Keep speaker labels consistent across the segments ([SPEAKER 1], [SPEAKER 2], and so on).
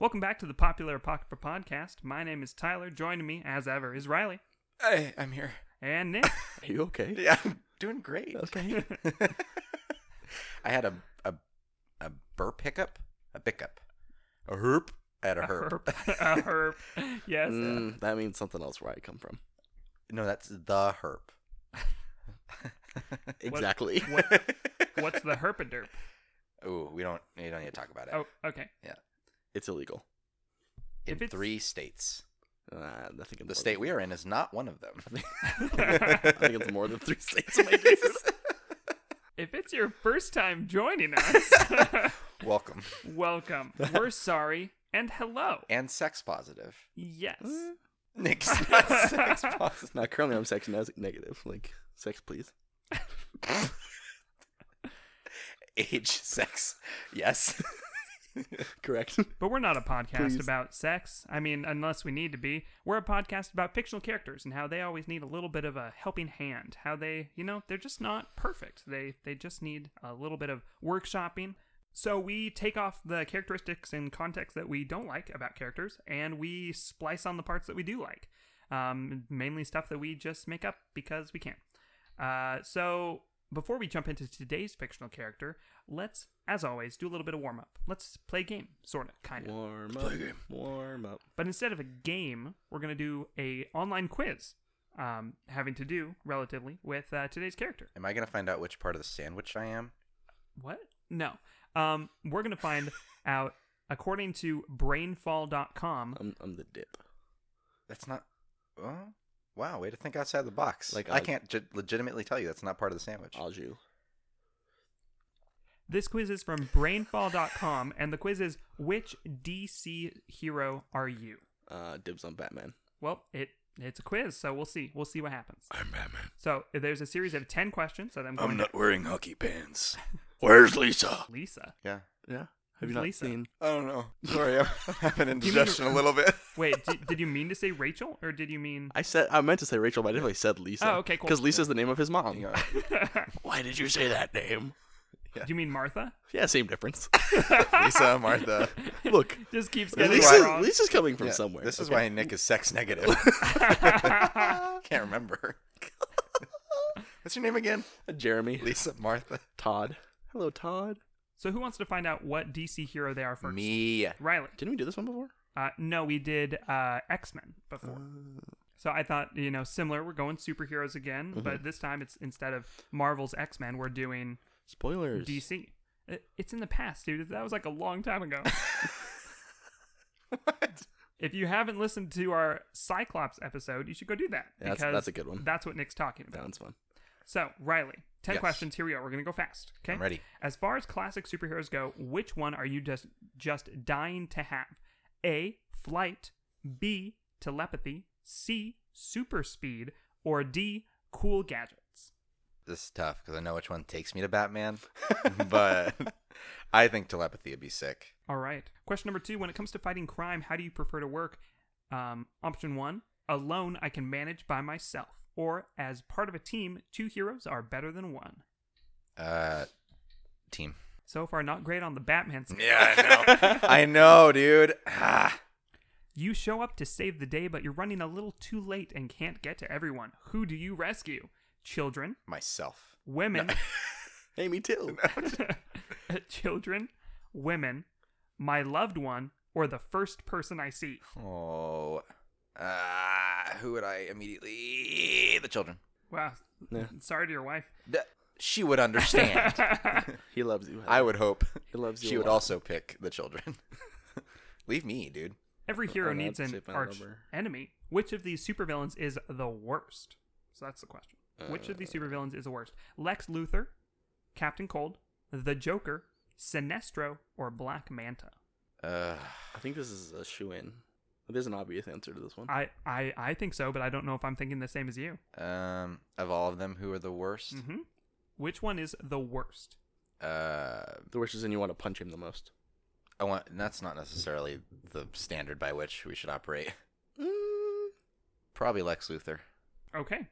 [SPEAKER 1] Welcome back to the Popular Apocrypha Podcast. My name is Tyler. Joining me, as ever, is Riley
[SPEAKER 2] Hey, I'm here.
[SPEAKER 1] and Nick.
[SPEAKER 3] Are you okay?
[SPEAKER 2] Yeah, I'm doing great.
[SPEAKER 3] Okay.
[SPEAKER 2] I had a a a burp hiccup, a hiccup, a herp. I had a,
[SPEAKER 1] Herp.
[SPEAKER 2] herp.
[SPEAKER 1] A herp. Yes. uh,
[SPEAKER 3] Mm, that means something else where I come from.
[SPEAKER 2] No, that's the herp.
[SPEAKER 3] Exactly.
[SPEAKER 1] What, what's the herpaderp?
[SPEAKER 2] Ooh, we don't we don't need to talk about it.
[SPEAKER 1] Oh, okay.
[SPEAKER 3] It's illegal.
[SPEAKER 1] if
[SPEAKER 2] in
[SPEAKER 1] it's-
[SPEAKER 2] three states,
[SPEAKER 3] Uh, I think it's
[SPEAKER 2] the state we are in is not one of them.
[SPEAKER 3] I think it's more than three states. in my case.
[SPEAKER 1] if it's your first time joining us,
[SPEAKER 2] Welcome
[SPEAKER 1] welcome. We're sorry and hello.
[SPEAKER 2] and sex positive.
[SPEAKER 1] Yes.
[SPEAKER 2] Nick's not sex positive.
[SPEAKER 3] Now, currently, I'm sex nes- negative. Like, sex, please.
[SPEAKER 2] Age, sex, yes.
[SPEAKER 3] Correct.
[SPEAKER 1] But we're not a podcast
[SPEAKER 3] Please.
[SPEAKER 1] about sex. I mean, unless we need to be. We're a podcast about fictional characters and how they always need a little bit of a helping hand. How they, you know, they're just not perfect. They they just need a little bit of workshopping. So we take off the characteristics and context that we don't like about characters, and we splice on the parts that we do like. Um, mainly stuff that we just make up because we can. Uh, so before we jump into today's fictional character, let's, as always, do a little bit of warm up. Let's play a game, sort of, kind of.
[SPEAKER 3] Warm up.
[SPEAKER 2] Play a game.
[SPEAKER 3] Warm up.
[SPEAKER 1] But instead of a game, we're going to do a online quiz, um, having to do relatively with uh, today's character.
[SPEAKER 2] Am I gonna find out which part of the sandwich I am?
[SPEAKER 1] What? No. Um, we're going to find out according to brainfall.com.
[SPEAKER 3] I'm, I'm the dip.
[SPEAKER 2] That's not. Oh, wow! Way to think outside the box.
[SPEAKER 3] Like,
[SPEAKER 2] Like uh, I
[SPEAKER 3] I-
[SPEAKER 2] can't ge- legitimately tell you that's not part of the sandwich.
[SPEAKER 3] Aju.
[SPEAKER 1] This quiz is from brainfall.com, and the quiz is which DC hero are you?
[SPEAKER 3] Uh, dibs on Batman.
[SPEAKER 1] Well, it it's a quiz, so we'll see. We'll see what happens.
[SPEAKER 2] I'm Batman.
[SPEAKER 1] So there's a series of ten questions that I'm going to
[SPEAKER 2] wearing hockey pants. Where's Lisa?
[SPEAKER 1] Lisa.
[SPEAKER 2] Yeah.
[SPEAKER 3] Yeah.
[SPEAKER 1] Who's
[SPEAKER 3] Have you not
[SPEAKER 1] Lisa?
[SPEAKER 3] seen?
[SPEAKER 2] I don't know. Sorry, I'm having
[SPEAKER 1] you mean- indigestion a
[SPEAKER 2] little bit.
[SPEAKER 1] Wait, did, did you mean to say Rachel, or did you mean?
[SPEAKER 3] I said I meant to say Rachel, but I definitely said Lisa.
[SPEAKER 1] Oh, okay, cool.
[SPEAKER 3] Because Lisa's the name of his mom.
[SPEAKER 2] Hang on.
[SPEAKER 3] Why did you say that name?
[SPEAKER 1] Do you mean Martha?
[SPEAKER 3] Yeah, same difference.
[SPEAKER 2] Lisa, Martha.
[SPEAKER 3] Look,
[SPEAKER 1] Just keeps getting
[SPEAKER 2] is
[SPEAKER 3] Lisa,
[SPEAKER 1] wrong.
[SPEAKER 3] Lisa's coming from
[SPEAKER 2] Yeah,
[SPEAKER 3] somewhere.
[SPEAKER 2] This is why Nick is sex negative. Can't remember. What's your name again?
[SPEAKER 3] Jeremy,
[SPEAKER 2] Lisa Martha.
[SPEAKER 3] Todd. Hello, Todd.
[SPEAKER 1] so who wants to find out what DC hero they are first?
[SPEAKER 2] Me.
[SPEAKER 1] Riley.
[SPEAKER 3] Didn't we do this one before?
[SPEAKER 1] Uh, no, we did uh, X Men before.
[SPEAKER 3] Uh.
[SPEAKER 1] So I thought, you know, similar. We're going superheroes again,
[SPEAKER 3] Mm-hmm.
[SPEAKER 1] but this time it's instead of Marvel's X Men, we're doing
[SPEAKER 3] Spoilers.
[SPEAKER 1] DC. It, it's in the past, dude. That was like a long time ago. If you haven't listened to our Cyclops episode, you should go do that
[SPEAKER 3] Yeah, that's- that's a good one.
[SPEAKER 1] That's what Nick's talking about.
[SPEAKER 3] Sounds fun.
[SPEAKER 1] So, Riley, 10
[SPEAKER 2] Yes.
[SPEAKER 1] questions. Here we are. We're going to go fast. Okay.
[SPEAKER 2] I'm ready.
[SPEAKER 1] As far as classic superheroes go, which one are you just just dying to have? A. Flight. B. Telepathy. C. Super speed. Or D. Cool gadgets.
[SPEAKER 2] This is tough because I know which one takes me to Batman, but I think telepathy would be sick.
[SPEAKER 1] All right. Question number two. When it comes to fighting crime, how do you prefer to work? Um, option one. Alone, I can manage by myself. Or as part of a team, two heroes are better than one.
[SPEAKER 2] Uh, team.
[SPEAKER 1] So far, not great on the Batman scale.
[SPEAKER 2] Yeah, I know. I know, dude. Ah.
[SPEAKER 1] You show up to save the day, but you're running a little too late and can't get to everyone. Who do you rescue? Children,
[SPEAKER 2] Myself.
[SPEAKER 1] women,
[SPEAKER 3] Hey, me too.
[SPEAKER 1] children, women, my loved one, or the first person I see.
[SPEAKER 2] Oh. Uh, who would I immediately? The children.
[SPEAKER 1] Wow.
[SPEAKER 3] Yeah.
[SPEAKER 1] Sorry to your wife.
[SPEAKER 2] The- she would understand.
[SPEAKER 3] He loves you.
[SPEAKER 2] I would hope.
[SPEAKER 3] He loves you.
[SPEAKER 2] She
[SPEAKER 3] a
[SPEAKER 2] would
[SPEAKER 3] lot.
[SPEAKER 2] also pick the children. Leave me, dude.
[SPEAKER 1] Every hero
[SPEAKER 3] I'd
[SPEAKER 1] needs an
[SPEAKER 3] say my
[SPEAKER 1] arch
[SPEAKER 3] lover.
[SPEAKER 1] enemy. Which of these supervillains is the worst? So that's the question. Which of these
[SPEAKER 3] Uh.
[SPEAKER 1] supervillains is the worst? Lex Luthor, Captain Cold, the Joker, Sinestro, or Black Manta?
[SPEAKER 2] Uh,
[SPEAKER 3] I think this is a shoe in. There's an obvious answer to this one.
[SPEAKER 1] I, I, I think so, but I don't know if I'm thinking the same as you.
[SPEAKER 2] um, of all of them, who are the worst?
[SPEAKER 1] hmm Which one is the worst?
[SPEAKER 2] Uh,
[SPEAKER 3] the worst is in you want to punch him the most.
[SPEAKER 2] I want. and That's not necessarily the standard by which we should operate. Probably Lex Luthor.
[SPEAKER 1] Okay.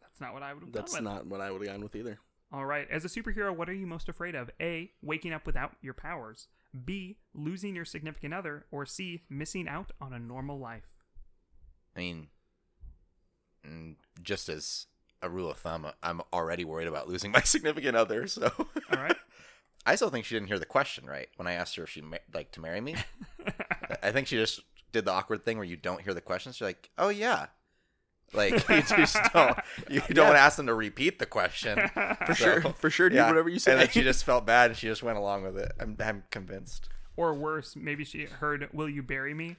[SPEAKER 1] That's not what I would have
[SPEAKER 3] That's
[SPEAKER 1] done. with.
[SPEAKER 3] not what I would have gone with either.
[SPEAKER 1] All right. As a superhero, what are you most afraid of? A. Waking up without your powers. B. Losing your significant other, or C. Missing out on a normal life.
[SPEAKER 2] I mean, mm, just as a rule of thumb, I'm already worried about losing my significant other. So
[SPEAKER 1] All right.
[SPEAKER 2] I still think she didn't hear the question right when I asked her if she'd ma- like to marry me. I think she just did the awkward thing where you don't hear the question. She's like, "Oh yeah." Like you just don't you don't want to ask them to repeat the question
[SPEAKER 3] For sure. For sure, dude. Whatever you
[SPEAKER 2] And
[SPEAKER 3] say.
[SPEAKER 2] then she just felt bad and she just went along with it. I'm I'm convinced.
[SPEAKER 1] or worse, maybe she heard "Will you bury me?"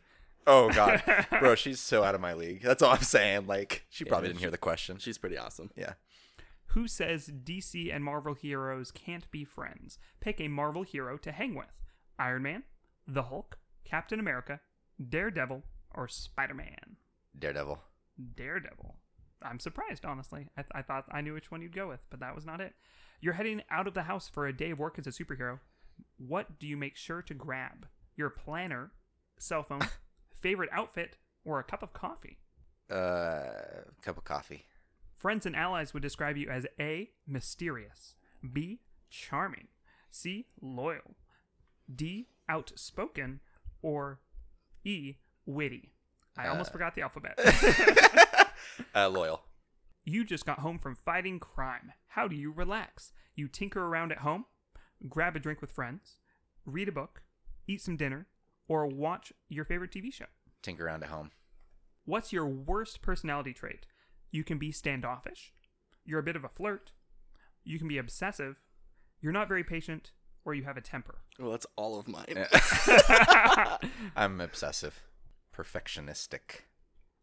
[SPEAKER 2] Oh god, bro, she's so out of my league. That's all I'm saying. Like she probably
[SPEAKER 3] dude,
[SPEAKER 2] didn't hear the question.
[SPEAKER 3] She's pretty awesome.
[SPEAKER 2] yeah,
[SPEAKER 1] Who says DC and Marvel heroes can't be friends? Pick a Marvel hero to hang with: Iron Man, the Hulk, Captain America, Daredevil, or Spider-Man.
[SPEAKER 2] Daredevil.
[SPEAKER 1] Daredevil. I'm surprised, honestly. I, th- I thought I knew which one you'd go with, but that was not it. You're heading out of the house for a day of work as a superhero. What do you make sure to grab? Your planner, cell phone, favorite outfit, or a cup of coffee?
[SPEAKER 2] Uh, cup of coffee.
[SPEAKER 1] Friends and allies would describe you as A. Mysterious, B. Charming, C. Loyal, D. Outspoken, or E. Witty. I almost forgot the alphabet.
[SPEAKER 2] Uh, loyal.
[SPEAKER 1] You just got home from fighting crime. How do you relax? You tinker around at home, grab a drink with friends, read a book, eat some dinner, or watch your favorite TV show.
[SPEAKER 2] Tinker around at home.
[SPEAKER 1] What's your worst personality trait? You can be standoffish, you're a bit of a flirt, you can be obsessive, you're not very patient, or you have a temper.
[SPEAKER 3] Well, that's all of mine.
[SPEAKER 2] I'm obsessive, perfectionistic.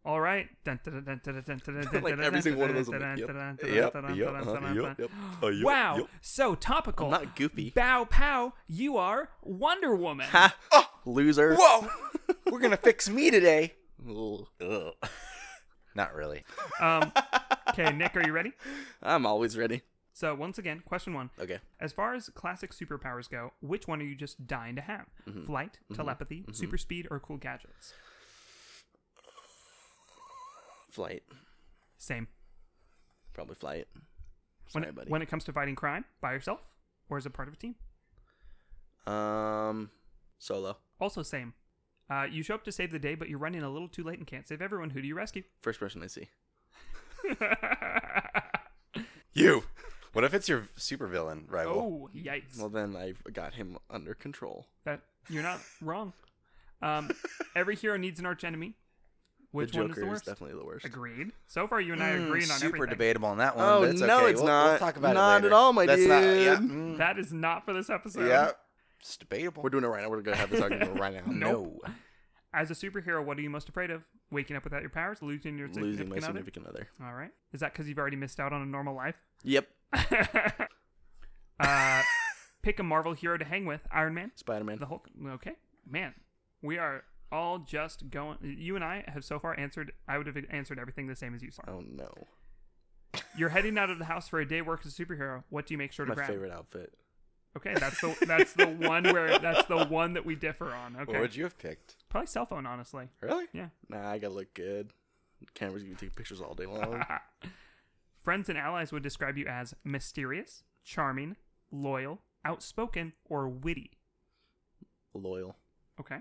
[SPEAKER 1] All right. Dun, dun, dun, dun, dun, dun, dun,
[SPEAKER 3] Like
[SPEAKER 1] dun,
[SPEAKER 3] every
[SPEAKER 1] dun,
[SPEAKER 3] single one of
[SPEAKER 1] dun,
[SPEAKER 3] those, I'm
[SPEAKER 1] dun,
[SPEAKER 3] like,
[SPEAKER 1] dun,
[SPEAKER 3] yep,
[SPEAKER 1] dun,
[SPEAKER 2] yep,
[SPEAKER 1] dun, dun,
[SPEAKER 2] yep,
[SPEAKER 1] dun,
[SPEAKER 2] uh-huh,
[SPEAKER 1] dun,
[SPEAKER 2] yep,
[SPEAKER 1] dun.
[SPEAKER 2] yep, uh, yep,
[SPEAKER 1] Wow,
[SPEAKER 2] yep.
[SPEAKER 1] so topical.
[SPEAKER 3] I'm not goopy.
[SPEAKER 1] Bow pow, you are Wonder Woman.
[SPEAKER 3] Ha! Loser.
[SPEAKER 2] Oh! Whoa, we're gonna fix me today.
[SPEAKER 3] Ugh.
[SPEAKER 2] Ugh. Not really.
[SPEAKER 1] Um, okay, Nick, are you ready?
[SPEAKER 3] I'm always ready.
[SPEAKER 1] So once again, question one.
[SPEAKER 3] Okay.
[SPEAKER 1] As far as classic superpowers go, which one are you just dying to have?
[SPEAKER 3] Mm-hmm.
[SPEAKER 1] Flight, telepathy, super speed, or cool gadgets?
[SPEAKER 3] Flight.
[SPEAKER 1] Same.
[SPEAKER 3] Probably flight.
[SPEAKER 1] When,
[SPEAKER 3] Sorry, buddy.
[SPEAKER 1] when it comes to fighting crime, by yourself or as a part of a team?
[SPEAKER 3] Um, solo.
[SPEAKER 1] Also same. Uh, you show up to save the day, but you're running a little too late and can't save everyone. Who do you rescue?
[SPEAKER 3] First person I see.
[SPEAKER 2] You. What if it's your supervillain rival?
[SPEAKER 1] oh, yikes.
[SPEAKER 3] Well, then I got him under control.
[SPEAKER 1] That you're not wrong. Um, every hero needs an archenemy. Which
[SPEAKER 3] the
[SPEAKER 1] one
[SPEAKER 3] Joker
[SPEAKER 1] is the worst?
[SPEAKER 3] is definitely the worst.
[SPEAKER 1] Agreed. So far, you and I are
[SPEAKER 2] Mm,
[SPEAKER 1] agreeing on
[SPEAKER 2] super
[SPEAKER 1] everything.
[SPEAKER 2] debatable on that one.
[SPEAKER 3] Oh,
[SPEAKER 2] but it's
[SPEAKER 3] no,
[SPEAKER 2] okay.
[SPEAKER 3] it's
[SPEAKER 2] We'll-
[SPEAKER 3] not.
[SPEAKER 2] We'll talk about
[SPEAKER 3] Not
[SPEAKER 2] it
[SPEAKER 3] at
[SPEAKER 2] later.
[SPEAKER 3] all, my
[SPEAKER 2] That's not- yeah,
[SPEAKER 3] dude.
[SPEAKER 2] mm,
[SPEAKER 1] That is not for this episode.
[SPEAKER 2] yeah. It's debatable.
[SPEAKER 3] We're doing it right now. We're gonna have this argument right now.
[SPEAKER 1] Nope. As a superhero, what are you most afraid of? Waking up without your powers, losing your
[SPEAKER 3] No. Losing
[SPEAKER 1] significant,
[SPEAKER 3] my
[SPEAKER 1] other?
[SPEAKER 3] significant other.
[SPEAKER 1] All right. Is that because you've already missed out on a normal life?
[SPEAKER 3] Yep.
[SPEAKER 1] Uh, pick a Marvel hero to hang with: Iron Man,
[SPEAKER 3] Spider Man.
[SPEAKER 1] the Hulk. Okay, man, we are all just going. You and I have so far answered. I would have answered everything the same as you. Saw.
[SPEAKER 3] Oh no.
[SPEAKER 1] You're heading out of the house for a day work as a superhero. What do you make sure to
[SPEAKER 3] My
[SPEAKER 1] grab?
[SPEAKER 3] favorite outfit.
[SPEAKER 1] Okay, that's the that's the one where that's the one that we differ on.
[SPEAKER 2] What
[SPEAKER 1] Okay,
[SPEAKER 2] would you have picked?
[SPEAKER 1] probably cell phone, honestly.
[SPEAKER 2] Really?
[SPEAKER 1] Yeah.
[SPEAKER 3] Nah, I gotta look good. Cameras gonna take pictures all day long.
[SPEAKER 1] Friends and allies would describe you as mysterious, charming, loyal, outspoken, or witty.
[SPEAKER 3] Loyal.
[SPEAKER 1] Okay.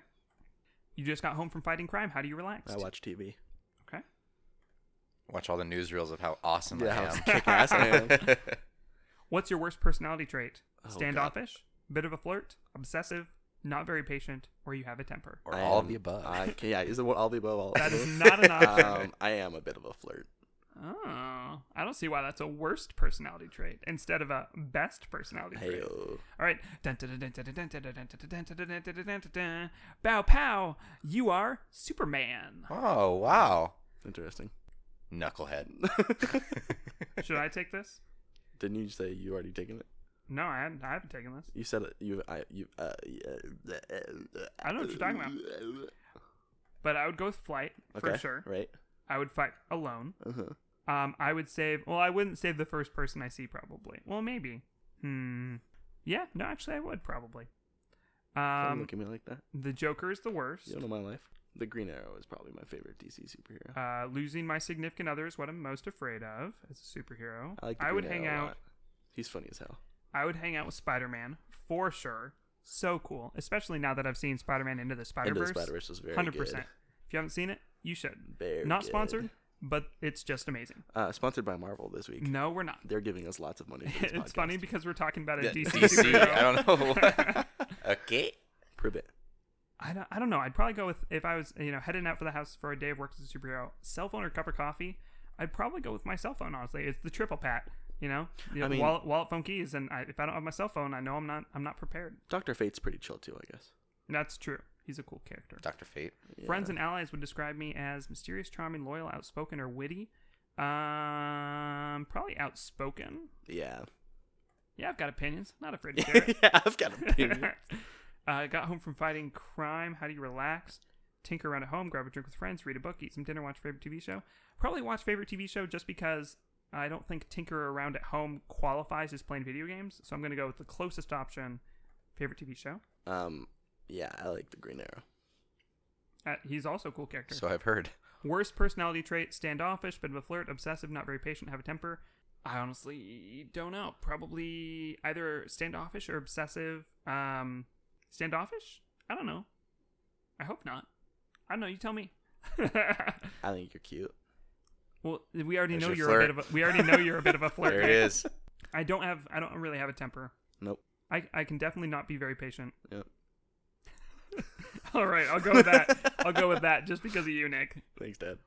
[SPEAKER 1] You just got home from fighting crime. How do you relax?
[SPEAKER 3] I watch TV.
[SPEAKER 1] Okay.
[SPEAKER 2] Watch all the newsreels of how awesome
[SPEAKER 3] Yeah,
[SPEAKER 2] I
[SPEAKER 3] how
[SPEAKER 2] am.
[SPEAKER 3] kick ass I am.
[SPEAKER 1] What's your worst personality trait?
[SPEAKER 3] Oh, God.
[SPEAKER 1] Standoffish, bit of a flirt, obsessive, not very patient, or you have a temper.
[SPEAKER 2] or
[SPEAKER 3] I
[SPEAKER 2] all of
[SPEAKER 3] am-
[SPEAKER 2] the above.
[SPEAKER 3] I, yeah, is it what all the above? All
[SPEAKER 1] That is
[SPEAKER 3] above?
[SPEAKER 1] not an option.
[SPEAKER 3] um, I am a bit of a flirt.
[SPEAKER 1] Oh, I don't see why that's a worst personality trait instead of a best personality trait.
[SPEAKER 3] Heyo.
[SPEAKER 1] All right. Bow pow, you are Superman.
[SPEAKER 2] oh wow,
[SPEAKER 3] Interesting.
[SPEAKER 2] knucklehead.
[SPEAKER 1] Should I take this?
[SPEAKER 3] Didn't you say you already taken it?
[SPEAKER 1] No, I haven't, I haven't taken this.
[SPEAKER 3] You said it. You, I, you. Uh, yeah,
[SPEAKER 1] I know what you're talking about. But I would go with flight for
[SPEAKER 3] Okay,
[SPEAKER 1] sure.
[SPEAKER 3] Right.
[SPEAKER 1] I would fight alone.
[SPEAKER 3] Uh-huh.
[SPEAKER 1] Um, I would save. Well, I wouldn't save the first person I see, probably. Well, maybe. Hmm. Yeah. No, actually, I would probably.
[SPEAKER 3] Don't
[SPEAKER 1] Um,
[SPEAKER 3] look at me like that.
[SPEAKER 1] the Joker is the worst.
[SPEAKER 3] You don't know my life. The Green Arrow is probably my favorite DC superhero.
[SPEAKER 1] Uh, losing my significant other is what I'm most afraid of as a superhero.
[SPEAKER 3] I like. The
[SPEAKER 1] would
[SPEAKER 3] Green
[SPEAKER 1] hang
[SPEAKER 3] Arrow a
[SPEAKER 1] out.
[SPEAKER 3] lot. He's funny as hell.
[SPEAKER 1] I would hang out with Spider Man for sure. so cool, especially now that I've seen Spider Man Into the Spider
[SPEAKER 3] Into the
[SPEAKER 1] Verse.
[SPEAKER 3] Spider-Verse was very good.
[SPEAKER 1] If you haven't seen it, you should.
[SPEAKER 3] Very
[SPEAKER 1] Not
[SPEAKER 3] good.
[SPEAKER 1] sponsored, but it's just amazing.
[SPEAKER 3] Uh, sponsored by Marvel this week.
[SPEAKER 1] No, we're not.
[SPEAKER 3] They're giving us lots of money. For this
[SPEAKER 1] Mm. It's
[SPEAKER 3] podcast.
[SPEAKER 1] funny because we're talking about a
[SPEAKER 2] Yeah,
[SPEAKER 1] DC,
[SPEAKER 2] DC,
[SPEAKER 1] superhero.
[SPEAKER 2] I don't know. okay.
[SPEAKER 3] Prove it.
[SPEAKER 1] I don't, I don't know. I'd probably go with if I was you know heading out for the house for a day of work as a superhero, cell phone or cup of coffee. I'd probably go with my cell phone. Honestly, it's the triple pat. You know, you know,
[SPEAKER 3] mean-
[SPEAKER 1] wallet, wallet, phone, keys, and I, if I don't have my cell phone, I know I'm not I'm not prepared.
[SPEAKER 3] Doctor Fate's pretty chill too, I guess.
[SPEAKER 1] That's true. He's a cool character.
[SPEAKER 2] Dr. Fate.
[SPEAKER 1] Friends and allies would describe me as mysterious, charming, loyal, outspoken, or witty. Um, probably outspoken.
[SPEAKER 3] Yeah.
[SPEAKER 1] Yeah, I've got opinions. Not afraid to share it.
[SPEAKER 3] yeah, I've got a
[SPEAKER 1] uh, I got home from fighting crime. How do you relax? Tinker around at home, grab a drink with friends, read a book, eat some dinner, watch favorite TV show. Probably watch favorite TV show just because I don't think tinker around at home qualifies as playing video games. So I'm going to go with the closest option, favorite TV show.
[SPEAKER 3] Um, yeah, I like the Green Arrow.
[SPEAKER 1] Uh, he's also a cool character.
[SPEAKER 2] So I've heard.
[SPEAKER 1] Worst personality trait: standoffish, bit of a flirt, obsessive, not very patient, have a temper. I honestly don't know. Probably either standoffish or obsessive. Um, standoffish? I don't know. I hope not. I don't know. You tell me.
[SPEAKER 3] I think you're cute.
[SPEAKER 1] well, we already know
[SPEAKER 2] There's your
[SPEAKER 1] you're a
[SPEAKER 2] flirt.
[SPEAKER 1] bit of a, we already know you're a bit of a flirt.
[SPEAKER 2] There it is.
[SPEAKER 1] I don't have I don't really have a temper.
[SPEAKER 3] Nope.
[SPEAKER 1] I I can definitely not be very patient.
[SPEAKER 3] Yep.
[SPEAKER 1] All right, I'll go with that. I'll go with that just because of you, Nick.
[SPEAKER 3] Thanks, Dad.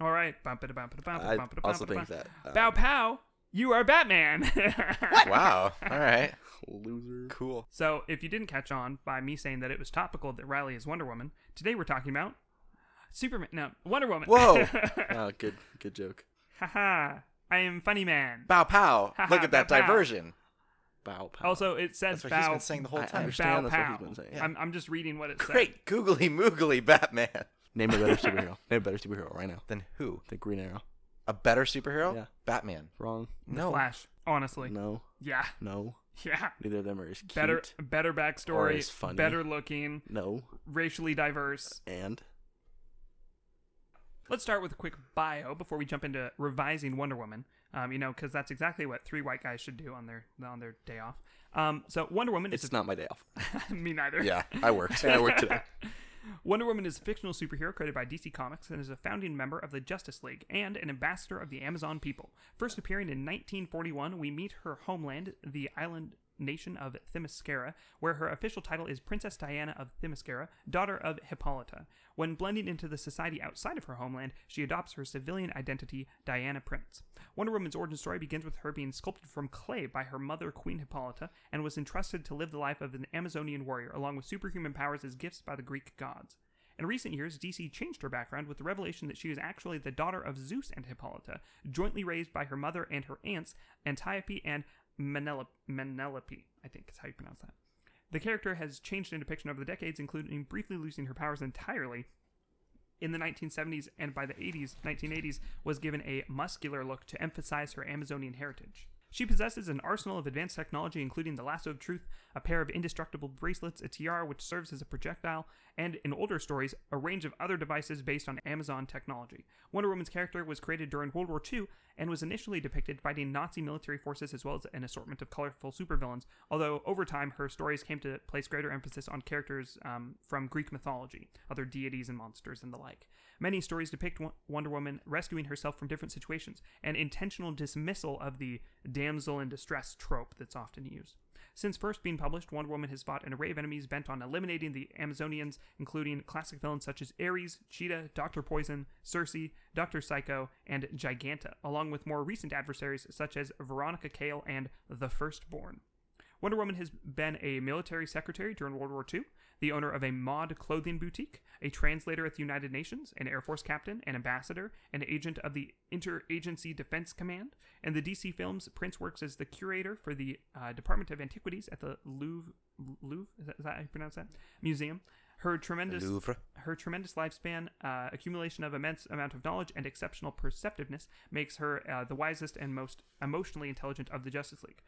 [SPEAKER 1] All right. Bump it, bump it, bump it,
[SPEAKER 3] I
[SPEAKER 1] bump it,
[SPEAKER 3] also
[SPEAKER 1] bump it,
[SPEAKER 3] think
[SPEAKER 1] bump it.
[SPEAKER 3] that um,
[SPEAKER 1] Bow pow, you are Batman.
[SPEAKER 2] Wow. All right.
[SPEAKER 3] loser.
[SPEAKER 2] Cool.
[SPEAKER 1] So, if you didn't catch on by me saying that it was topical that Riley is Wonder Woman, today we're talking about Superman. No, Wonder Woman.
[SPEAKER 2] Whoa.
[SPEAKER 3] Oh, good, good joke.
[SPEAKER 1] Haha. I am funny man.
[SPEAKER 2] Bow pow.
[SPEAKER 1] Ha ha,
[SPEAKER 2] Look at that
[SPEAKER 1] bow pow.
[SPEAKER 2] diversion.
[SPEAKER 3] Bow pow.
[SPEAKER 1] Also, it says
[SPEAKER 2] That's what
[SPEAKER 1] bow.
[SPEAKER 2] he's been saying the whole
[SPEAKER 3] I
[SPEAKER 2] time.
[SPEAKER 3] understand.
[SPEAKER 1] bow
[SPEAKER 3] that's what
[SPEAKER 1] pow.
[SPEAKER 3] he's been saying.
[SPEAKER 1] I'm, I'm just reading what it says.
[SPEAKER 2] Great googly moogly Batman.
[SPEAKER 3] name a better superhero. name a better superhero right now.
[SPEAKER 2] Then who?
[SPEAKER 3] The Green Arrow.
[SPEAKER 2] A better superhero?
[SPEAKER 3] Yeah.
[SPEAKER 2] Batman.
[SPEAKER 3] Wrong.
[SPEAKER 2] No.
[SPEAKER 1] Flash. Honestly.
[SPEAKER 3] No.
[SPEAKER 1] Yeah.
[SPEAKER 3] No.
[SPEAKER 1] Yeah.
[SPEAKER 3] Neither of them are as cute.
[SPEAKER 1] Better, better
[SPEAKER 3] Or
[SPEAKER 1] backstory.
[SPEAKER 3] is funny.
[SPEAKER 1] Better looking.
[SPEAKER 3] No.
[SPEAKER 1] Racially diverse.
[SPEAKER 3] And
[SPEAKER 1] Let's start with a quick bio before we jump into revising Wonder Woman. Um, you know, because that's exactly what three white guys should do on their on their day off. Um, so Wonder Woman is
[SPEAKER 3] it's not my day off.
[SPEAKER 1] a, me neither.
[SPEAKER 2] Yeah, I worked.
[SPEAKER 3] I work today.
[SPEAKER 1] Wonder Woman is a fictional superhero created by DC Comics and is a founding member of the Justice League and an ambassador of the Amazon people. First appearing in 1941, we meet her homeland, the island nation of Themyscira, where her official title is Princess Diana of Themyscira, daughter of Hippolyta. When blending into the society outside of her homeland, she adopts her civilian identity, Diana Prince. Wonder Woman's origin story begins with her being sculpted from clay by her mother, Queen Hippolyta, and was entrusted to live the life of an Amazonian warrior, along with superhuman powers as gifts by the Greek gods. In recent years, DC changed her background with the revelation that she is actually the daughter of Zeus and Hippolyta, jointly raised by her mother and her aunts, Antiope and Menelop- Menelope, I think is how you pronounce that. The character has changed in depiction over the decades, including briefly losing her powers entirely in the 1970s and by the 80s 1980s was given a muscular look to emphasize her Amazonian heritage. She possesses an arsenal of advanced technology, including the lasso of truth, a pair of indestructible bracelets, a tiara which serves as a projectile, and, in older stories, a range of other devices based on Amazon technology. Wonder Woman's character was created during World War II and was initially depicted fighting Nazi military forces as well as an assortment of colorful supervillains, although over time her stories came to place greater emphasis on characters um, from Greek mythology, other deities and monsters and the like. Many stories depict Wo- Wonder Woman rescuing herself from different situations, an intentional dismissal of the damsel in distress trope that's often used. Since first being published, Wonder Woman has fought an array of enemies bent on eliminating the Amazonians, including classic villains such as Ares, Cheetah, Dr. Poison, Cersei, Dr. Psycho, and Giganta, along with more recent adversaries such as Veronica Kale and the Firstborn. Wonder Woman has been a military secretary during World War II, the owner of a mod clothing boutique, a translator at the United Nations, an Air Force captain, an ambassador, an agent of the Interagency Defense Command. and the DC films, Prince works as the curator for the uh, Department of Antiquities at the Louvre. Louvre? Is that, is that how you pronounce that? Museum. Her tremendous
[SPEAKER 2] Louvre.
[SPEAKER 1] her tremendous lifespan, uh, accumulation of immense amount of knowledge, and exceptional perceptiveness makes her uh, the wisest and most emotionally intelligent of the Justice League.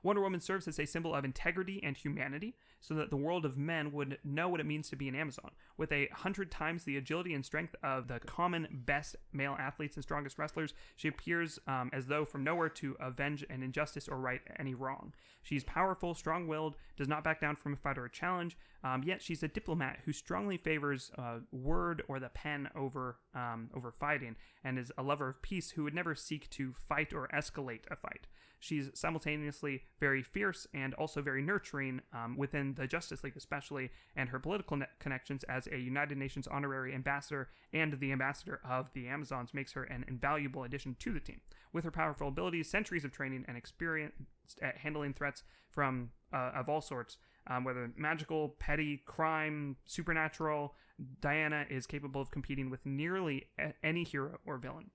[SPEAKER 1] Wonder Woman serves as a symbol of integrity and humanity so that the world of men would know what it means to be an Amazon. With a hundred times the agility and strength of the common best male athletes and strongest wrestlers, she appears um, as though from nowhere to avenge an injustice or right any wrong. She's powerful, strong willed, does not back down from a fight or a challenge, um, yet she's a diplomat who strongly favors uh, word or the pen over, um, over fighting and is a lover of peace who would never seek to fight or escalate a fight. She's simultaneously very fierce and also very nurturing um, within the Justice League, especially, and her political ne- connections as a United Nations honorary ambassador and the ambassador of the Amazons makes her an invaluable addition to the team. With her powerful abilities, centuries of training, and experience at handling threats from uh, of all sorts, um, whether magical, petty, crime, supernatural, Diana is capable of competing with nearly a- any hero or villain.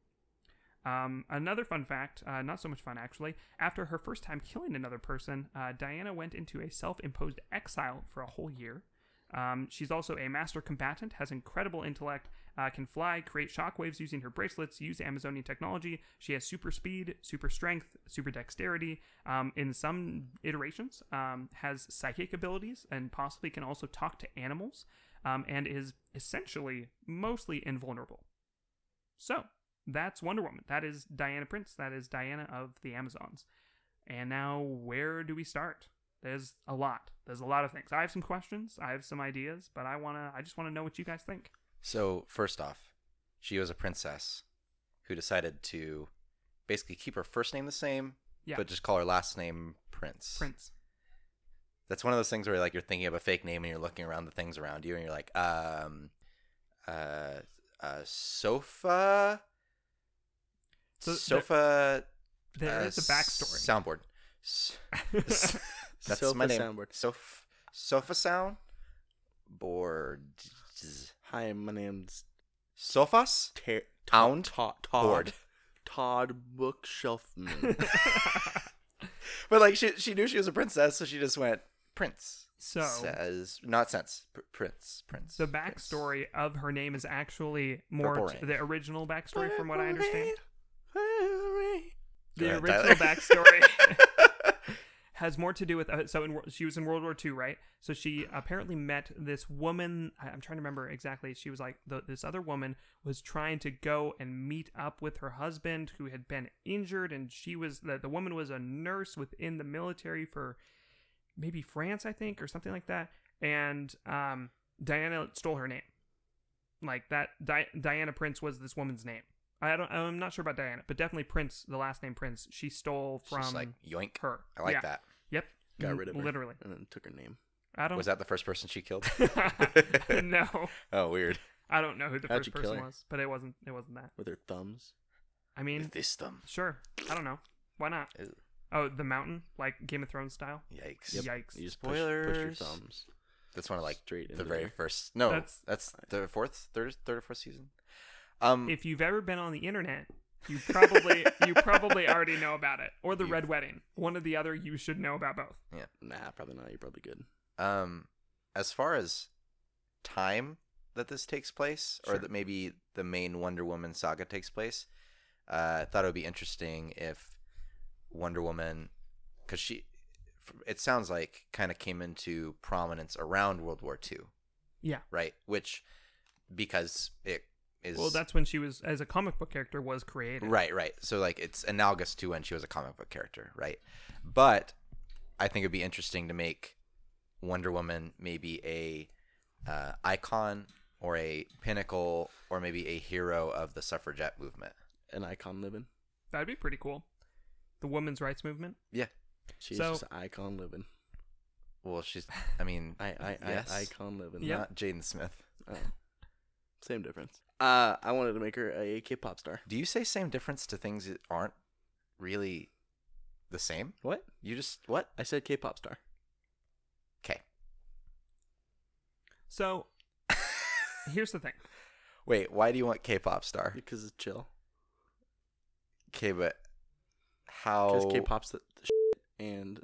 [SPEAKER 1] Um, another fun fact, uh, not so much fun actually, after her first time killing another person, uh, Diana went into a self imposed exile for a whole year. Um, she's also a master combatant, has incredible intellect, uh, can fly, create shockwaves using her bracelets, use Amazonian technology. She has super speed, super strength, super dexterity. Um, in some iterations, um, has psychic abilities and possibly can also talk to animals, um, and is essentially mostly invulnerable. So that's Wonder Woman. That is Diana Prince. That is Diana of the Amazons. And now, where do we start? There's a lot. There's a lot of things. I have some questions. I have some ideas, but I wanna. I just wanna know what you guys think.
[SPEAKER 2] So, first off, she was a princess who decided to basically keep her first name the same,
[SPEAKER 1] Yeah.
[SPEAKER 2] but just call her last name Prince.
[SPEAKER 1] Prince.
[SPEAKER 2] That's one of those things where like you're thinking of a fake name and you're looking around the things around you and you're like, um, uh, uh sofa,
[SPEAKER 1] So there-
[SPEAKER 2] sofa.
[SPEAKER 1] There
[SPEAKER 2] uh,
[SPEAKER 1] is a backstory.
[SPEAKER 2] Soundboard. S- s- That's
[SPEAKER 3] Sofa
[SPEAKER 2] my name.
[SPEAKER 3] soundboard.
[SPEAKER 2] Sof- sofa sound. Board.
[SPEAKER 3] Hi, my name's
[SPEAKER 2] Sofas.
[SPEAKER 3] Ter-
[SPEAKER 2] Tound?
[SPEAKER 3] Todd.
[SPEAKER 2] Board.
[SPEAKER 3] Todd. Todd Bookshelfman.
[SPEAKER 2] But like she she knew she was a princess, so she just went prince.
[SPEAKER 1] So-
[SPEAKER 2] says not sense. Pr- prince, prince.
[SPEAKER 1] the
[SPEAKER 2] Prince."
[SPEAKER 1] backstory of her name is actually more
[SPEAKER 2] Purple
[SPEAKER 1] to
[SPEAKER 2] Rain.
[SPEAKER 1] the original backstory, from what I understand.
[SPEAKER 2] Go
[SPEAKER 1] The
[SPEAKER 2] ahead,
[SPEAKER 1] original
[SPEAKER 2] Tyler.
[SPEAKER 1] backstory has more to do with uh, so in, wor- she was in World War II, right? So she apparently met this woman. I- I'm trying to remember exactly. She was like the, this other woman was trying to go and meet up with her husband who had been injured, and she was the, the woman was a nurse within the military for maybe France, I think, or something like that. And um, Diana stole her name. Like that, Di- Diana Prince was this woman's name. I don't. I'm not sure about Diana, but definitely Prince, the last name Prince. She stole
[SPEAKER 2] She's
[SPEAKER 1] from
[SPEAKER 2] just like yoink.
[SPEAKER 1] her.
[SPEAKER 2] I like
[SPEAKER 1] Yeah.
[SPEAKER 2] that.
[SPEAKER 1] Yep.
[SPEAKER 3] Got rid of her.
[SPEAKER 1] Literally.
[SPEAKER 3] And then took her name.
[SPEAKER 1] I don't.
[SPEAKER 2] Was that the first person she killed?
[SPEAKER 1] no,
[SPEAKER 2] oh, weird.
[SPEAKER 1] I don't know who the
[SPEAKER 3] How'd
[SPEAKER 1] first
[SPEAKER 3] you kill
[SPEAKER 1] person
[SPEAKER 3] her?
[SPEAKER 1] was, but it wasn't. It wasn't that.
[SPEAKER 3] With her thumbs.
[SPEAKER 1] I mean,
[SPEAKER 2] With this thumb.
[SPEAKER 1] sure. I don't know. Why not?
[SPEAKER 2] Ew.
[SPEAKER 1] Oh, the mountain, like Game of Thrones style.
[SPEAKER 2] Yikes.
[SPEAKER 1] Yep. Yikes.
[SPEAKER 3] You just push, push your
[SPEAKER 2] Spoilers.
[SPEAKER 3] thumbs.
[SPEAKER 2] That's one of like
[SPEAKER 3] Straight
[SPEAKER 2] the
[SPEAKER 3] into
[SPEAKER 2] very
[SPEAKER 3] there.
[SPEAKER 2] first. No, that's
[SPEAKER 1] That's-
[SPEAKER 2] that's the fourth, third, third or fourth season. Um,
[SPEAKER 1] If you've ever been on the internet, you probably you probably already know about it, or the
[SPEAKER 2] You-
[SPEAKER 1] Red Wedding. One or the other. You should know about both.
[SPEAKER 3] Nah, probably not. You're probably good.
[SPEAKER 2] um, as far as time that this takes place, or
[SPEAKER 3] Sure.
[SPEAKER 2] that maybe the main Wonder Woman saga takes place, uh, I thought it would be interesting if Wonder Woman, because she, it sounds like kind of came into prominence around World War II,
[SPEAKER 1] Yeah.
[SPEAKER 2] right? Which because it is
[SPEAKER 1] Well, that's when she was as a comic book character was created.
[SPEAKER 2] Right, right. So like it's analogous to when she was a comic book character, right? But I think it'd be interesting to make Wonder Woman maybe a uh, icon or a pinnacle or maybe a hero of the suffragette movement.
[SPEAKER 3] An icon living.
[SPEAKER 1] That'd be pretty cool. The women's rights movement.
[SPEAKER 2] Yeah.
[SPEAKER 3] She's
[SPEAKER 1] So-
[SPEAKER 3] just an icon living.
[SPEAKER 2] Well, she's. I mean,
[SPEAKER 3] I, I,
[SPEAKER 2] yes,
[SPEAKER 3] I, icon living.
[SPEAKER 1] Yep.
[SPEAKER 2] not Jaden Smith.
[SPEAKER 3] Oh. Same difference. Uh, I wanted to make her a K-pop star.
[SPEAKER 2] Do you say same difference to things that aren't really the same?
[SPEAKER 3] What?
[SPEAKER 2] You just what?
[SPEAKER 3] I said K-pop star.
[SPEAKER 2] Okay.
[SPEAKER 1] So here's the thing.
[SPEAKER 2] Wait, why do you want K-pop star?
[SPEAKER 3] Because it's chill.
[SPEAKER 2] Okay, but how?
[SPEAKER 3] Because K-pop's the, the shit, and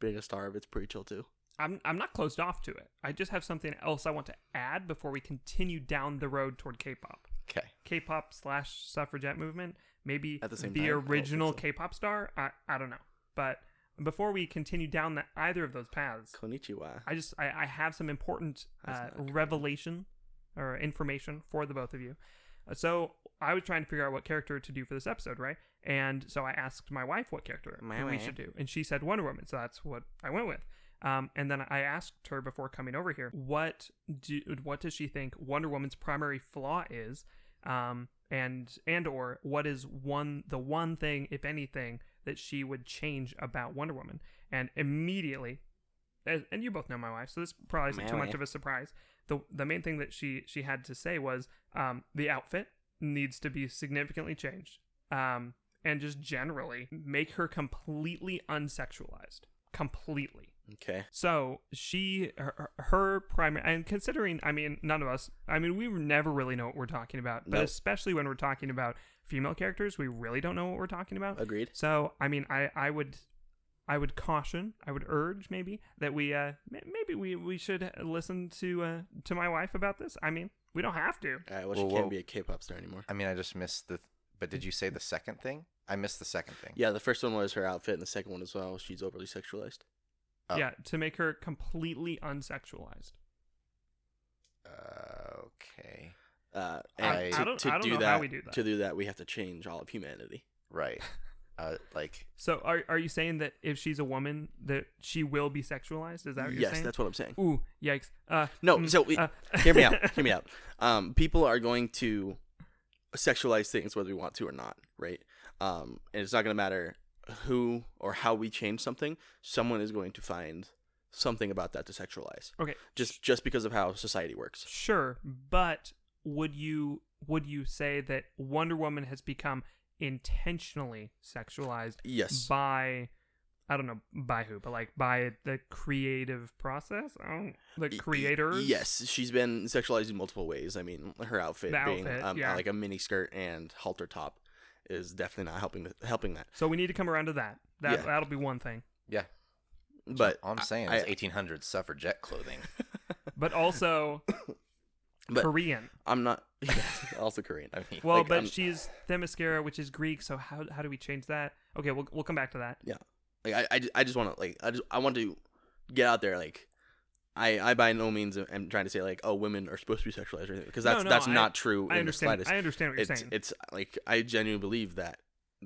[SPEAKER 3] being a star of it's pretty chill too.
[SPEAKER 1] I'm I'm not closed off to it. I just have something else I want to add before we continue down the road toward K-pop.
[SPEAKER 2] Okay.
[SPEAKER 1] K-pop slash suffragette movement, maybe
[SPEAKER 3] At the same time? I don't
[SPEAKER 1] original
[SPEAKER 3] think so.
[SPEAKER 1] K-pop star. I I don't know, but before we continue down the, either of those paths,
[SPEAKER 3] Konnichiwa.
[SPEAKER 1] I just I, I have some important
[SPEAKER 3] That's
[SPEAKER 1] uh,
[SPEAKER 3] not okay.
[SPEAKER 1] revelation or information for the both of you. Uh, So I was trying to figure out what character to do for this episode, right? And so I asked my wife what character
[SPEAKER 3] My
[SPEAKER 1] that we
[SPEAKER 3] wife.
[SPEAKER 1] should do, and she said Wonder Woman. So that's what I went with. Um, and then I asked her before coming over here, what do what does she think Wonder Woman's primary flaw is, um, and and or what is one the one thing, if anything, that she would change about Wonder Woman? And immediately as, and you both know my wife, so this probably isn't
[SPEAKER 3] My
[SPEAKER 1] too much
[SPEAKER 3] wife.
[SPEAKER 1] of a surprise. the The main thing that she she had to say was um, the outfit needs to be significantly changed, um, and just generally make her completely unsexualized, completely.
[SPEAKER 2] Okay.
[SPEAKER 1] So she, her, her primary, and considering, I mean, none of us, I mean, we never really know what we're talking about, but
[SPEAKER 3] Nope.
[SPEAKER 1] especially when we're talking about female characters, we really don't know what we're talking about.
[SPEAKER 3] Agreed.
[SPEAKER 1] So, I mean, I, I would, I would caution, I would urge maybe that we, uh, ma- maybe we, we should listen to, uh, to my wife about this. I mean, we don't have to.
[SPEAKER 3] All right,
[SPEAKER 2] Whoa,
[SPEAKER 3] well, she can't
[SPEAKER 2] whoa.
[SPEAKER 3] be a K-pop star anymore.
[SPEAKER 2] I mean, I just missed the. But did you say the second thing? I missed the second thing.
[SPEAKER 3] Yeah, the first one was her outfit, and the second one as well. She's overly sexualized.
[SPEAKER 2] Oh.
[SPEAKER 1] Yeah. To make her completely unsexualized.
[SPEAKER 2] Uh, okay.
[SPEAKER 3] Uh,
[SPEAKER 2] I-
[SPEAKER 3] and to,
[SPEAKER 1] I don't-
[SPEAKER 3] to
[SPEAKER 1] I don't
[SPEAKER 3] do
[SPEAKER 1] know
[SPEAKER 3] that,
[SPEAKER 1] how we do that.
[SPEAKER 3] To do that, we have to change all of humanity.
[SPEAKER 2] Right. Uh, like
[SPEAKER 1] So are, are you saying that if she's a woman that she will be sexualized? Is that what you're
[SPEAKER 3] yes,
[SPEAKER 1] saying?
[SPEAKER 3] that's what I'm saying.
[SPEAKER 1] Ooh, yikes. Uh,
[SPEAKER 3] No,
[SPEAKER 1] mm,
[SPEAKER 3] so we-
[SPEAKER 1] uh,
[SPEAKER 3] hear me out. Hear me out. Um, people are going to sexualize things whether we want to or not, right? Um, and it's not going to matter who or how we change something. Someone is going to find something about that to sexualize,
[SPEAKER 1] okay,
[SPEAKER 3] just just because of how society works.
[SPEAKER 1] sure, but would you would you say that Wonder Woman has become intentionally sexualized
[SPEAKER 3] Yes.
[SPEAKER 1] by I don't know by who, but like by the creative process? Oh, the
[SPEAKER 3] Y- y-
[SPEAKER 1] creators?
[SPEAKER 3] Yes, she's been sexualized in multiple ways. I mean, her outfit
[SPEAKER 1] The
[SPEAKER 3] being
[SPEAKER 1] outfit,
[SPEAKER 3] um,
[SPEAKER 1] yeah.
[SPEAKER 3] like a mini skirt and halter top is definitely not helping th- helping that.
[SPEAKER 1] So we need to come around to that. That
[SPEAKER 3] Yeah.
[SPEAKER 1] that'll be one thing.
[SPEAKER 2] yeah.
[SPEAKER 3] But
[SPEAKER 2] all I'm
[SPEAKER 3] I-
[SPEAKER 2] saying
[SPEAKER 3] I-
[SPEAKER 2] is 1800s suffragette clothing.
[SPEAKER 1] But also
[SPEAKER 3] But-
[SPEAKER 1] Korean.
[SPEAKER 3] I'm not also Korean.
[SPEAKER 2] I mean,
[SPEAKER 1] Well,
[SPEAKER 3] like,
[SPEAKER 1] but
[SPEAKER 3] I'm-
[SPEAKER 1] she's Themyscira, which is Greek. So how how do we change that? Okay, we'll we'll come back to that.
[SPEAKER 3] like I, I, ju- I just want to like I just I want to get out there like I I by no means am- am trying to say like oh women are supposed to be sexualized or anything because that's
[SPEAKER 1] No, no,
[SPEAKER 3] that's
[SPEAKER 1] I-
[SPEAKER 3] not true.
[SPEAKER 1] I
[SPEAKER 3] in the
[SPEAKER 1] understand.
[SPEAKER 3] slightest.
[SPEAKER 1] I understand what you're
[SPEAKER 3] it's
[SPEAKER 1] saying.
[SPEAKER 3] it's like I genuinely believe that